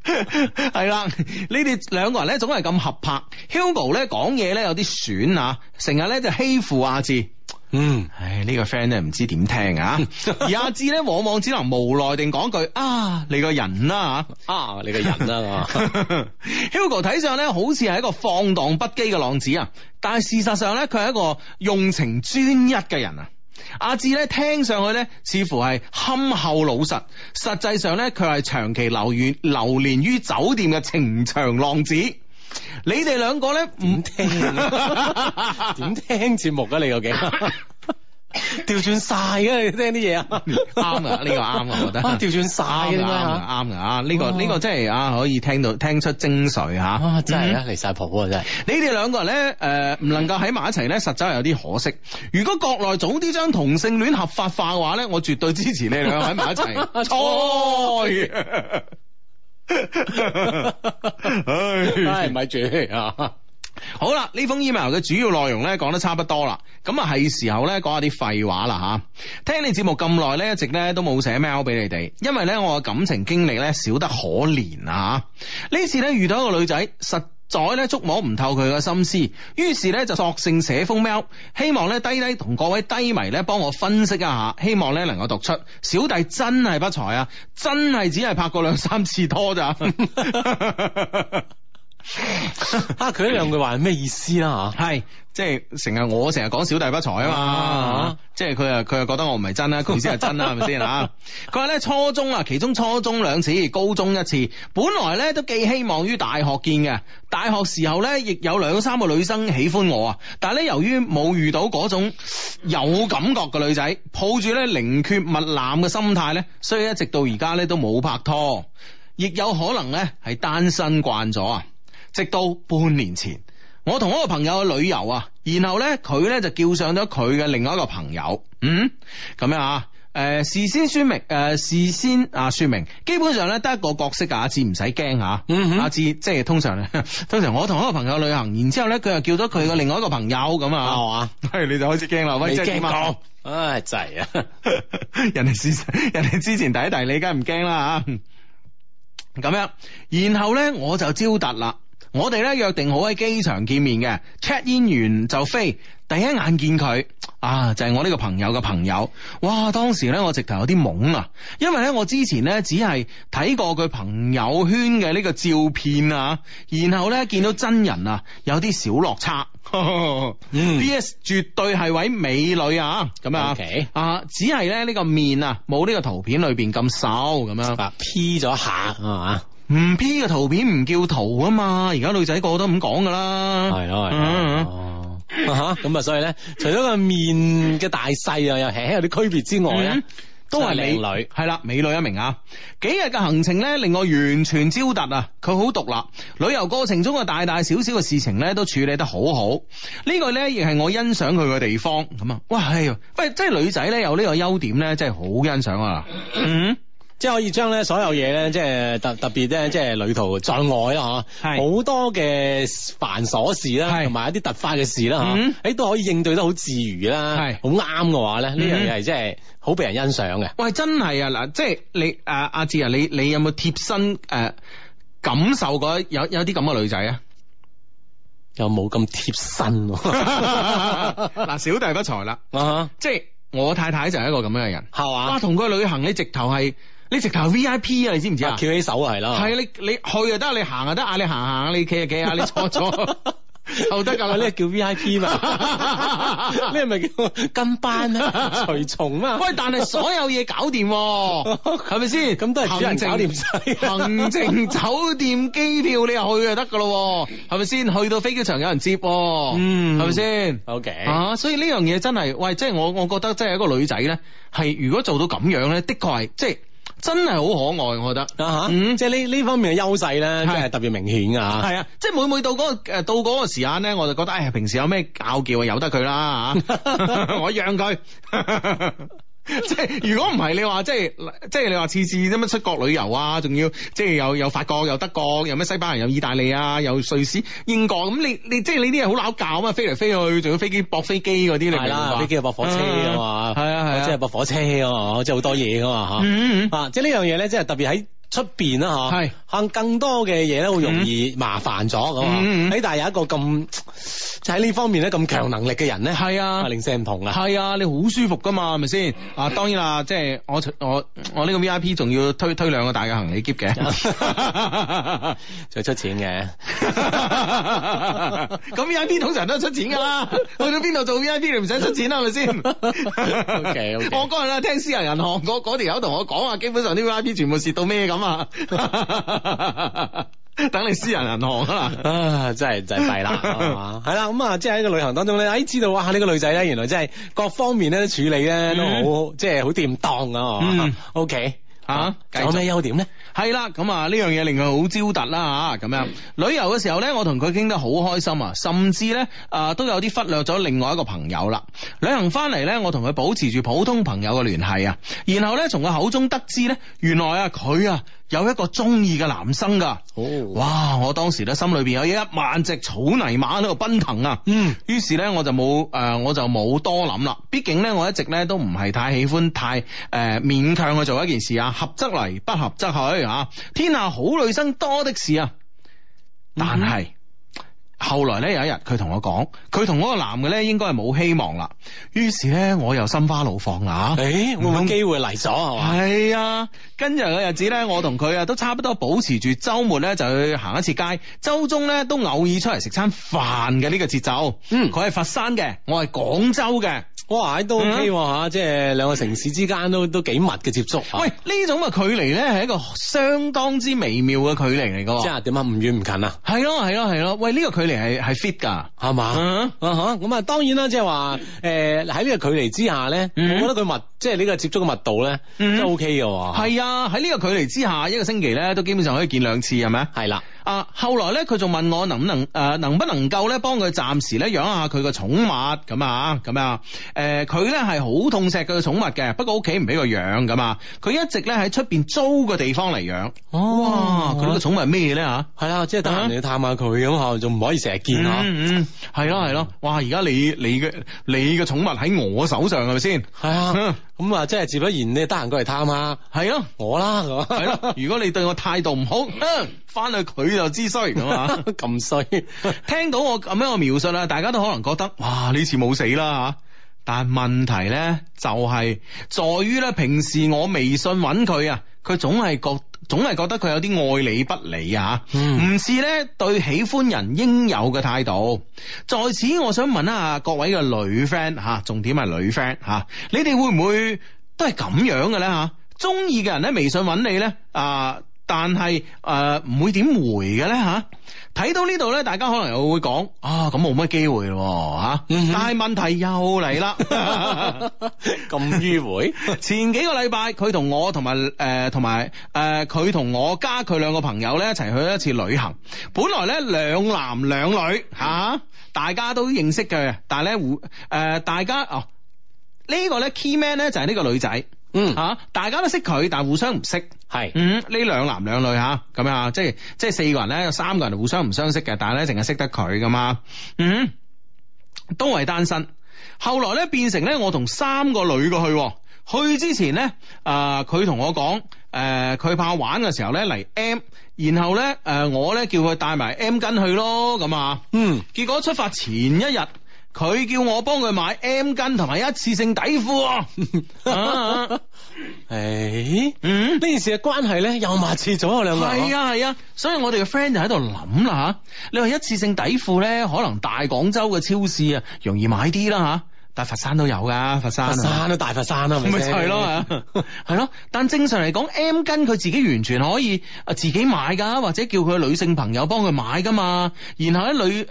係啦，你哋兩個人咧總係咁合拍，Hugo 咧講嘢咧有啲損啊，成日咧就欺負阿志。嗯，唉，呢、個 friend 咧唔知點聽啊，而阿志咧往往只能無奈定講句啊，你個人啦、啊、啊，你 個人 啦，咁啊 Hugo 睇上咧好似係一個放蕩不羈嘅浪子啊，但係事實上咧佢係一個用情專一嘅人啊。阿志咧聽上去咧似乎係憨厚老實，實際上咧佢係長期流連流連於酒店嘅情場浪子。你哋兩個咧唔聽啊點聽節目啊？你究竟 調轉晒嘅，你聽啲嘢啊？啱啊，呢個啱啊，我覺得啊調轉晒啱嘅點㗎啱㗎解啊？啱㗎啊！呢個呢個真係啊，可以聽到聽出精髓吓。啊，真係啊，離晒譜啊，真係。你哋兩個人咧，誒、唔能夠喺埋一齊咧，實在係有啲可惜。如果國內早啲將同性戀合法化嘅話咧，我絕對支持你哋兩個喺埋一齊。 錯，唉，咪住啊！好啦，呢封 email 嘅主要內容咧講得差不多啦，咁啊係時候咧講下啲廢話啦吓。聽你節目咁耐咧，一直咧都冇寫 mail 俾你哋，因為咧我嘅感情經歷咧少得可憐啊吓。呢次咧遇到一個女仔，實在咧捉摸唔透佢嘅心思，於是咧就索性寫封 mail，希望咧低低同各位低迷咧幫我分析一下，希望咧能夠讀出。小弟真係不才啊，真係只係拍過兩三次拖咋。 啊，佢呢兩句話係咩意思啦？系，即係成日我成日講小弟不才啊嘛啊，即係佢啊佢啊覺得我唔係真 啦，佢先係真啦，係咪先啊？佢話咧初中啊，其中初中兩次，高中一次，本來咧都寄希望於大學見嘅，大學時候咧亦有兩三個女生喜歡我啊，但係咧由於冇遇到嗰種有感覺嘅女仔，抱住咧寧缺勿濫嘅心態咧，所以一直到而家咧都冇拍拖，亦有可能咧係單身慣咗啊，直到半年前。我同我個朋友去旅遊啊，然後咧佢咧就叫上咗佢嘅另外一個朋友，嗯，咁樣啊。誒、事先宣明，誒、呃事先啊説明，基本上咧得一個角色㗎，啊阿志唔使驚嚇，嗯哼阿志即係通常咧， 通常我同一個朋友旅行，然之後咧佢又叫咗佢嘅另外一個朋友咁 啊，啊，係嘛？係你就開始驚啦，喂，未即係驚點啊過，唉，真係啊！ 人哋之人哋之前提一提你，梗係唔驚啦吓。咁樣，然後咧我就招突啦。我哋咧約定好喺機場見面嘅，check in 完就飛。第一眼見佢啊，就係、我呢個朋友嘅朋友。哇！當時咧我直頭有啲懵啊，因為咧我之前咧只係睇過佢朋友圈嘅呢個照片啊，然後咧見到真人啊，有啲小落差。嗯 P.S. 絕對係位美女啊，咁啊 OK 啊，只係咧呢個面啊，冇呢個圖片裏邊咁瘦咁樣。啊 P 咗下啊嘛，唔 P 嘅圖片唔叫圖啊嘛，而家女仔個個都咁講噶啦。係咯係嗯咯。哦啊哈咁啊，所以咧，除咗個面嘅大細啊，又輕輕有啲區別之外咧嗯，都係美真係靚女係啦，美女一名啊！幾日嘅行程咧，令我完全招突啊！佢好獨立，旅遊過程中嘅大大小小嘅事情咧，都處理得好好。呢個咧，亦係我欣賞佢嘅地方。咁啊，哇，係啊喂，即係女仔咧有呢個優點咧，真係好欣賞啊！嗯。即係可以將咧所有嘢咧，即係特特別咧，即係旅途在外啦嚇，係好多嘅繁瑣事啦，係同埋一啲突發嘅事啦嗯嚇，誒都可以應對得好自如啦，係好啱嘅話咧，呢樣嗯嘢係真係好俾人欣賞嘅。喂，真係啊！嗱，即係你啊，阿志啊，你你有冇貼身誒、呃感受過有有啲咁嘅女仔啊？又冇咁貼身 啊喎，嗱，小弟不才啦，啊即係我太太就係一個咁樣嘅人。係哇，嘛？同佢旅行你直頭係你直頭 V I P 啊！你知唔知翹啊？起手係啦，係啊，你你去就得，你行就得，啊嗌你行行，你企就企啊，你坐坐就得㗎啦。 呢個叫 V I P 嘛， 呢係咪叫跟班啊、隨從啊？喂，但係所有嘢搞掂喎，係咪先？咁 都係主人搞掂晒行程、酒店、機票，你又去就得噶咯喎，係咪先？去到飛機場有人接喎，嗯係咪先？ O K，啊，所以呢樣嘢真係，喂，即係我我覺得，即係一個女仔咧，係如果做到咁樣咧，的確係，即係真係好可愛，我覺得。啊吓，嗯即係呢呢方面嘅優勢咧，真係係特別明顯噶係啊，即係每每到嗰、個呃誒到嗰個時間咧，我就覺得，哎呀，平時有咩拗撬啊，由得佢 啦嚇，我讓佢。 即係如果唔係你話即係即係你話次次咁樣出國旅遊啊，仲要即係有有法國有德國，有咩西班牙有意大利啊，有瑞士英國咁你你即係你啲嘢好拗教啊嘛，飛嚟飛去，仲要飛機駁飛機嗰啲，你明唔係明啦，白飛機又駁火車啊嘛，係啊係啊即係駁火車啊嘛，即係好多嘢噶嘛嗯嗯嗯吓，啊，即係呢樣嘢咧，即係特別喺出邊啦嚇，係嗯行更多嘅嘢咧，好容易麻煩咗咁啊！嗯嗯嗯喺但係有一個咁就喺呢方面咧咁強能力嘅人咧，係啊啊零舍唔同 啊！係啊，你好舒服噶嘛，係咪先？啊，嗯當然啦，即係我我我呢個 V I P 仲要推推兩個大嘅行李箧嘅，再出錢嘅， 咁 V I P 通常都係出錢噶啦，去到邊度做 V I P 你唔使出錢啦，係咪先 OK，OK 我嗰日咧聽私人銀行嗰嗰條友同我講啊話，基本上啲 V I P 全部蝕到咩咁啊！ 等你私人銀行啊 啦。啊，真係真係弊 啦，係嘛係啦，咁啊，即係喺個旅行當中咧，哎，知道哇，呢、個女仔咧，原來真係各方面咧處理咧都好，即係好掂當啊係嘛嗯，OK 啊繼續有咩優點咧？係啦，咁啊呢樣嘢令佢好焦突啦吓，咁樣旅遊嘅時候咧，我同佢傾得好開心啊，甚至咧啊、都有啲忽略咗另外一個朋友啦。旅行翻嚟咧，我同佢保持住普通朋友嘅聯繫啊，然後咧從佢口中得知咧，原來啊佢啊有一個中意嘅男生噶。哦哇！我當時咧心裏邊有一萬隻草泥馬喺度奔騰啊！嗯，於是咧我就冇誒、呃我就冇多諗啦。畢竟咧我一直咧都唔係太喜歡太誒、呃勉強去做一件事啊，合則嚟，不合則去啊。天下好女生多的是啊，但係。後來咧有一日，佢同我講，佢同嗰個男嘅咧應該係冇希望啦。於是咧，我又心花怒放啊啦。誒，會唔會機會嚟咗係嘛？係啊，跟住嘅日子咧，我同佢啊都差不多保持住周末咧就去行一次街，周中咧都偶爾出嚟食餐飯嘅呢個節奏。嗯佢係佛山嘅，我係廣州嘅。哇，都 OK 喎嚇，即係兩個城市之間都都幾密嘅接觸。啊喂，，呢種嘅距離咧係一個相當之微妙嘅距離嚟噶。即係點啊？唔遠唔近啊？係咯係咯係咯，喂呢、個距離係係 fit 㗎。係嘛？嗯啊哈咁啊，當然啦，即係話誒喺呢個距離之下咧，嗯我覺得佢密，即係呢個接觸嘅密度咧，嗯都 OK 嘅喎。係啊，喺呢個距離之下，一個星期咧都基本上可以見兩次，係咪啊？係啦，啊，後來咧，佢仲問我能唔能誒、呃能不能夠咧幫佢暫時咧養下佢個寵物咁啊咁啊誒佢咧係好痛錫佢個寵物嘅，不過屋企唔俾佢養咁啊，佢一直咧喺出邊租個地方嚟養。哇！佢呢個寵物係咩咧嚇？係啊啦，即係得閒你探下佢咁嚇，仲唔可以成日見啊？嗯嗯，係咯係咯，哇！而家你你嘅你嘅寵物喺我手上係咪先？係啊嗯，咁啊，即係自不然你得閒過嚟探下係咯。我啦，咁啊係咯，如果你對我態度唔好，哼翻去佢就知衰咁啊！ 咁衰，聽到我咁樣嘅描述啦，大家都可能覺得哇呢次冇死啦吓。但問題呢，就係、在於呢，平時我微信揾佢啊，佢總係覺總係覺得佢有啲愛理不理啊，嗯唔似呢對喜歡人應有嘅態度。在此，我想問一下各位嘅女 friend 吓、重點係女 friend 吓、你哋會唔會都係咁樣嘅呢？吓、中意嘅人咧，微信揾你咧，啊、但係誒唔會點回嘅咧吓，睇到呢度咧，大家可能又會講啊，咁冇乜機會咯吓，嗯哼但係問題又嚟 啦。咁迂迴，前幾個禮拜，佢同我同埋誒同埋誒佢同我加佢兩個朋友咧一齊去一次旅行。本來咧兩男兩女吓、大家都認識嘅，但係咧互誒大家哦。呢個咧 key man 咧就係呢個女仔嗯吓、，大家都識佢，但係互相唔識。係，嗯，呢兩男兩女吓，咁樣啊，即係即係四個人咧，有三個人互相唔相識嘅，但係咧淨係識得佢噶嘛，嗯，都係單身。後來咧變成咧，我同三個女嘅去喎，去之前咧，啊、佢同我講，誒、佢怕玩嘅時候咧嚟 M，然後咧，誒、我咧叫佢帶埋 M 巾去咯，咁啊。嗯，結果出發前一日，佢叫我幫佢買 M 巾同埋一次性底褲喎、啊啊誒。嗯呢。件事嘅關係咧又密切咗兩個人，係啊係啊，所以我哋嘅 friend 就喺度諗啦吓，你話一次性底褲咧，可能大廣州嘅超市啊容易買啲啦吓，但佛山都有噶，佛山佛啊山都大佛山 啦，咪就先係咯，係啊 係咯。但正常嚟講，M 巾佢自己完全可以啊自己買噶，或者叫佢女性朋友幫佢買噶嘛。然後咧女，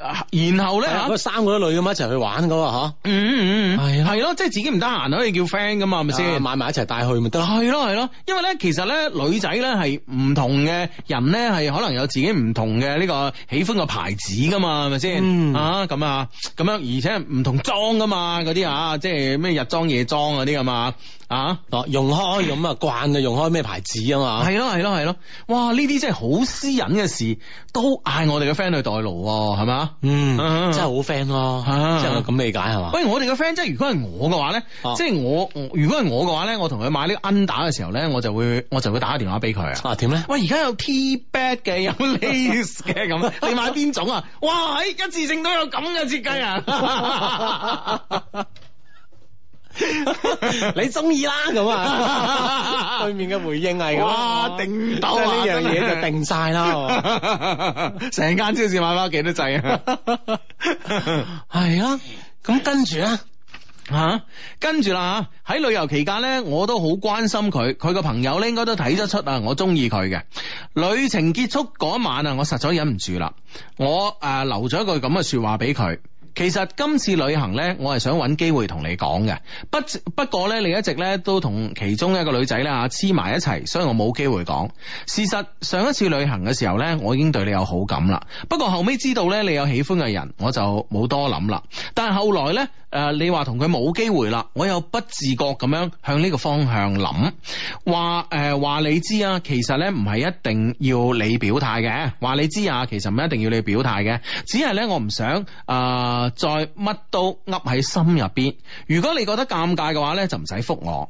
然後咧係啊吓嗰。三個女咁一齊去玩噶嘛，嗯嗯嗯，係啊咯係咯，即係自己唔得閒可以叫 friend 噶嘛，係嚇，咪先先？買啊埋一齊帶去咪得咯。啊係咯係咯，因為咧其實咧女仔咧係唔同嘅人咧係可能有自己唔同嘅呢個喜歡嘅牌子噶嘛，係咪先？嗯啊咁啊咁樣，而且唔同裝噶嘛，嗰啲啊即係咩日裝夜裝嗰啲噶嘛。啊。哦，用開咁啊，慣就用開咩牌子啊嘛，係咯係咯係咯，哇！呢啲真係好私隱嘅事，都嗌我哋嘅 friend 去代勞喎，係嘛？嗯，啊真係好 friend 咯，啊即係我咁理解係嘛？喂，我哋嘅 friend 即係如果係我嘅話咧，啊即係我我如果係我嘅話咧，我同佢買呢個 N 打嘅時候咧，我就會我就會打個電話俾佢啊。啊點咧？喂，而家有 T bag 嘅，有 lace 嘅咁，你買邊種啊？哇，喺一次性都有咁嘅設計啊！你中意啦咁 啊，對面嘅回應係咁啊哇定即到係啊呢樣真嘢係就定 晒啦，係嘛成間超市買翻幾多掣啊！係啊，咁跟住咧。吓、啊跟住啦吓，喺旅遊期間呢，我都好關心佢，佢個朋友呢應該都睇得出啊，我中意佢嘅。旅程結束嗰晚啊，我實在忍唔住啦，我誒、呃留咗一句咁嘅說話俾佢。其實今次旅行呢，我係想揾機會同你講嘅，不不過呢，你一直呢都同其中一個女仔呢啊黐埋一齊，所以我冇機會講。事實上一次旅行嘅時候呢，我已經對你有好感啦。不過後尾知道呢，你有喜歡嘅人，我就冇多諗啦。但係後來呢，誒、呃你話同佢冇機會啦，我又不自覺咁樣向呢個方向諗，話誒話你知啊，其實呢唔係一定要你表態嘅，話你知啊，其實唔一定要你表態嘅，只係呢，我唔想誒、呃再乜都噏喺心入邊。如果你覺得尷尬嘅話呢，就唔使覆我。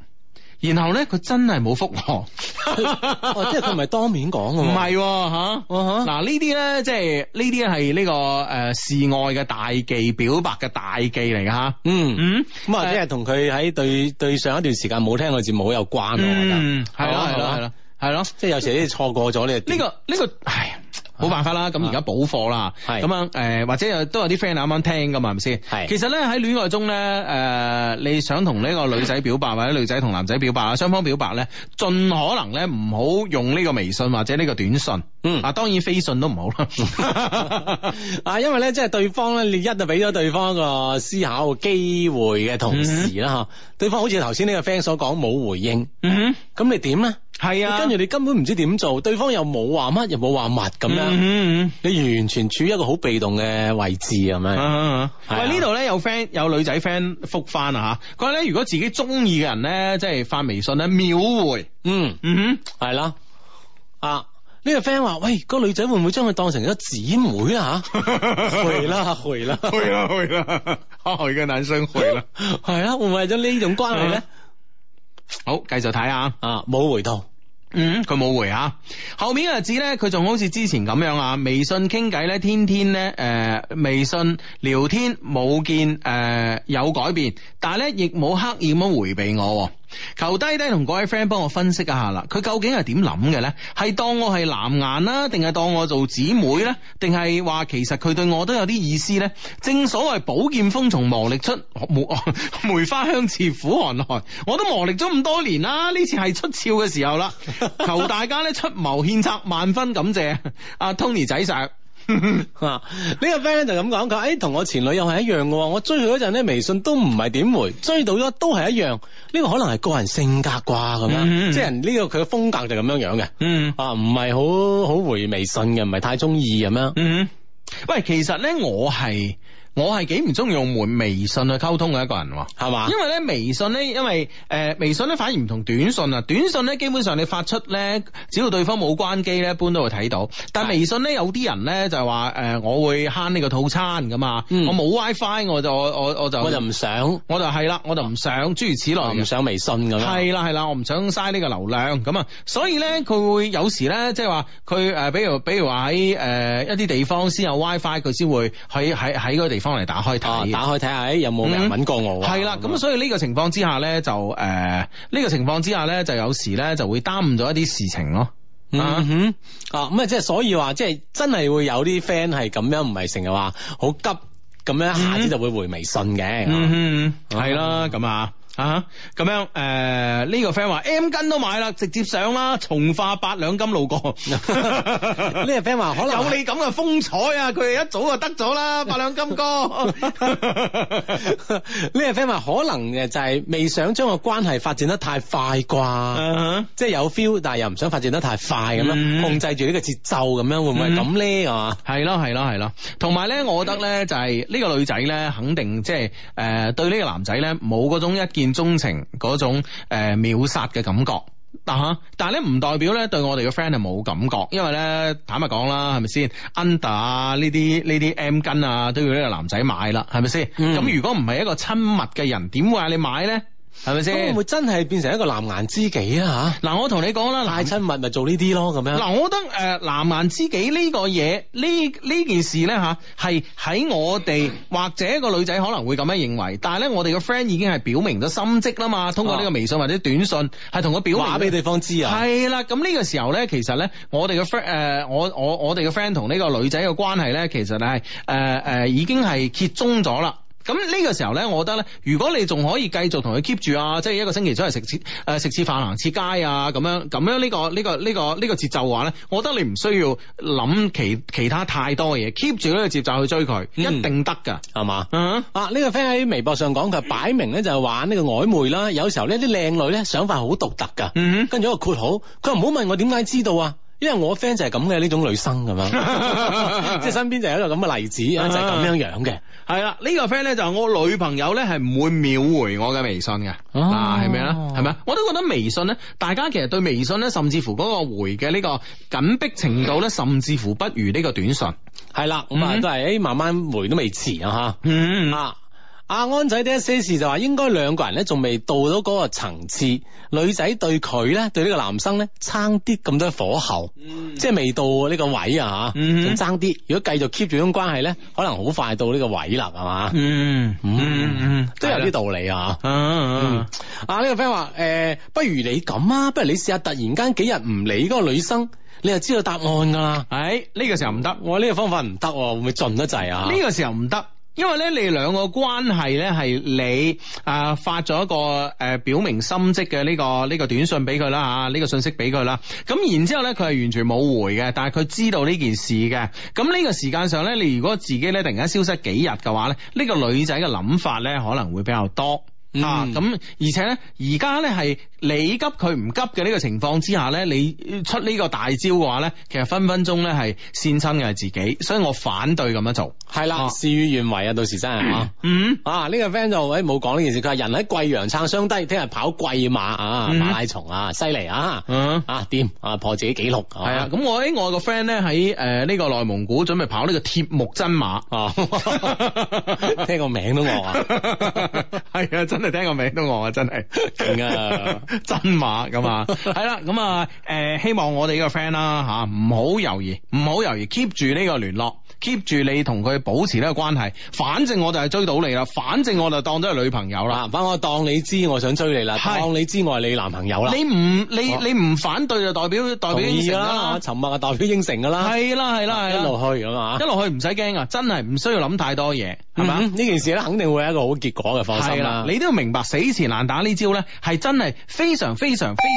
然後呢，佢真係冇覆 我，哦，即係佢唔係當面講嘅唔喎，係喎吓。啊哈，嗱呢啲咧，即係呢啲係呢個誒示愛嘅大忌，表白嘅大忌嚟噶吓。嗯，嗯，咁啊，即係同佢喺對對上一段時間冇聽過節目好有關喎，我覺得，嗯，係咯係咯係咯係咯。即係有時你錯過咗你就呢個呢個，唉，冇辦法啦。咁而家補課啦，係咁樣誒，或者有都有啲 friend 啱啱聽噶嘛，係咪先？係其實咧喺戀愛中咧，誒，你想同呢個女仔表白，或者女仔同男仔表白啊，雙方表白咧，盡可能咧唔好用呢個微信或者呢個短信。嗯啊，當然飛信都唔好啦。 啊，因為咧，即係對方咧，你一就俾咗對方一個思考嘅機會嘅同時啦，吓、對方好似頭先呢個 friend 所講冇回應， 嗯咁你點咧？哼，係啊。跟住你根本唔知點做，對方又冇話乜，又冇話乜咁樣，嗯嗯你完全處於一個好被動嘅位置咁樣。嗯係啊喂，呢度咧有 friend 有女仔 friend 覆翻啊吓，佢話咧如果自己中意嘅人咧，即係發微信咧秒回，嗯，嗯係啦，啊。呢個 friend 話：，喂，個女仔會唔會將佢當成咗姊 妹啊？嚇，會啦，會啦，哼，回啦回啦，我一個男生回啦。係啦，會啊唔會係咗呢種關係咧？嗯好，繼續睇下。啊，冇回到，嗯，佢冇回啊。後面嘅日子咧，佢仲好似之前咁樣啊，微信傾偈咧，天天咧，誒、微信聊天冇見誒、呃有改變，但係咧亦冇刻意咁樣回避我喎。求低低同各位 friend 幫我分析一下啦，佢究竟係點諗嘅咧？係當我係藍顏啦，定係當我做姊妹咧？定係話其實佢對我都有啲意思咧？正所謂寶劍鋒從磨礪出，梅 梅花香自苦寒來。我都磨礪咗咁多年啦，呢次係出鞘嘅時候啦， 求大家咧出謀獻策，萬分感謝阿 Tony 仔上。 啊！呢、個 friend 咧就咁講，佢話誒同我前女友係一樣嘅喎，我追佢嗰陣咧微信都唔係點回，追到咗都係一樣。呢、個可能係個人性格啩咁樣，嗯即係人呢個佢嘅風格就咁樣樣嘅。嗯啊，唔係好好回微信嘅，唔係太中意咁樣。嗯，喂，其實咧我係我係幾唔中意用門微信去溝通嘅一個人喎。係嘛因？為咧微信咧，因為誒、呃微信咧反而唔同短信啊，短信咧基本上你發出咧，只要對方冇關機咧，一般都會睇到。但微信咧有啲人咧就係話誒，我會慳呢個套餐噶嘛，嗯我冇 WiFi 我就我我我就我就唔啊想，我就係啦，我就唔上諸如此我類唔嘅。想微信咁啊樣。係啊啦係啦，我唔想嘥呢個流量咁啊，所以咧佢會有時咧即係話佢誒，比如比如話喺誒一啲地方先有 WiFi，佢先會喺喺喺嗰個地方嚟打開睇。啊，打開睇下誒有冇人揾過我啊？嗯係啦，咁樣所以呢個情況之下咧，就誒呢、個情況之下咧，就有時咧就會耽誤咗一啲事情咯。啊嗯哼，啊咁啊，即係所以話，即係真係會有啲 friend 係咁樣，唔係成日話好急咁樣，一下子就會回微信嘅。嗯哼，係啦，咁啊。啊，咁樣誒，呃呢、個 friend 話 M 巾都買啦，直接上啦，從化八兩金路 過，呢個 friend 話可能有你咁嘅風采啊，佢哋一早就得咗啦，八兩 金哥。啊呢個 friend 話可能誒就係未想將個關係發展得太快啩，嗯即係有 feel，但係又唔想發展得太快咁嗯樣，控制住呢個節奏咁樣，會唔會係咁咧？係嘛？係咯係咯係咯，同呃埋咧，我覺得咧就係呢個女仔咧，肯定即係誒對呢個男仔咧冇嗰種一見見鍾情嗰種誒秒殺嘅感覺。啊哈！但係咧唔代表咧對我哋嘅 friend 係冇感覺，因為咧坦白講啦，係咪先？Under 啊呢啲呢啲 M 巾啊都要呢個男仔買啦，係咪先？咁、嗯如果唔係一個親密嘅人，點會嗌你買咧？係咪咁會先唔？會真係變成一個藍顏知己啊嗱，我同你講啦，吓？嗱太。親密咪做呢啲咯，咁樣。嗱，我覺得誒、呃、藍顏知己呢個嘢，呢呢件事咧吓，係喺我哋或者一個女仔可能會咁樣認為，但係咧我哋嘅 friend 已經係表明咗心跡啦嘛，通過呢個微信或者短信係同佢表明話俾對方知啊，係啦，咁呢個時候咧，其實咧，我哋嘅 friend 誒，我我我哋嘅 friend 同呢個女仔嘅關係咧，其實係誒誒已經係揭盅咗啦。咁呢個時候咧，我覺得咧，如果你仲可以繼續同佢 keep 住啊，即係一個星期出嚟食次呃誒食次飯行次街啊，咁樣咁樣呢個呢個呢個呢個節奏嘅話咧，我覺得你唔需要諗其其他太多嘅嘢，keep 住呢個節奏去追佢，一嗯定得㗎。係嘛？嗯，啊！呢、個 friend 喺微博上講，佢擺明咧就係玩呢個曖昧啦。有時候呢啲靚女咧想法好獨特㗎。嗯跟住一個括號，佢話唔好問我點解知道啊，因為我 friend 就係咁嘅呢種女生咁樣， 即係身邊就有一個咁嘅例子，就係咁樣樣嘅。係啦，呢、個 friend 咧就係我女朋友咧係唔會秒回我嘅微信嘅，哦啊係咪啊？係咪啊？我都覺得微信咧，大家其實對微信咧，甚至乎嗰個回嘅呢個緊迫程度咧，甚至乎不如呢個短信。係啦，咁啊嗯都係誒慢慢回都未遲啊嗯吓。啊，阿安仔呢一些事就話應該兩個人咧仲未到到嗰個層次，女仔對佢咧對呢個男生咧差啲咁多火候，即係未到呢個位啊吓，嗯仲爭啲。如果繼續 keep 住種關係咧，可能好快到呢個位啦，係嘛？嗯嗯嗯都有啲道理啊。啊啊啊呢、個 friend 話誒，不如你咁啊，不如你試下突然間幾日唔理嗰個女生，你就知道答案㗎啦。喺哎呢個時候唔得。我呢個方法唔得喎，會唔會盡得滯啊？呢個時候唔得。因為咧，你哋兩個關係咧係你啊、發咗一個誒、呃表明心跡嘅呢個呢、個短信俾佢啦嚇，啊呢、個信息俾佢啦。咁然之後咧，佢係完全冇回嘅，但係佢知道呢件事嘅。咁呢個時間上咧，你如果自己咧突然間消失幾日嘅話咧，呢、個女仔嘅諗法咧可能會比較多。嗯啊，咁而且咧，而家咧係你急佢唔急嘅呢個情況之下咧，你出呢個大招嘅話咧，其實分分鐘咧係跣親嘅係自己，所以我反對咁樣做。係啊啦，事與願違啊，到時真係啊。嗯。啊！呢、個 friend 就誒冇講呢件事，佢話人喺貴陽撐雙低，聽日跑貴馬啊，嗯馬拉松啊，犀利啊！嗯啊掂啊，破自己紀錄係啊，係咁我喺我有個 friend 咧喺誒呢個內蒙古準備跑呢個鐵木真 馬，啊，聽個名都惡啊！係啊，真係聽個名都我啊，真係勁啊， 真馬咁啊，係啦，咁啊誒，希望我哋呢個 friend 啦吓，唔好猶豫，唔好猶豫，keep 住呢個聯絡，keep 住你同佢保持呢個關係，反正我就係追到你啦，反正我就當咗係女朋友好啦。啦，反我當你知我想追你啦，係當你知我係你男朋友啦，你唔你哦你唔反對就代表代表同應意承㗎啦啦，，沉默啊代表應承噶啦，係啦係啦係一啦路。去咁啊一。落去唔使驚啊，真係唔需要諗太多嘢，係係咪嘛？啊？呢件事咧，肯定會有一個好結果嘅，放係心啦啦，。你都要明白死纏爛打呢招咧，係真係非常非常非常。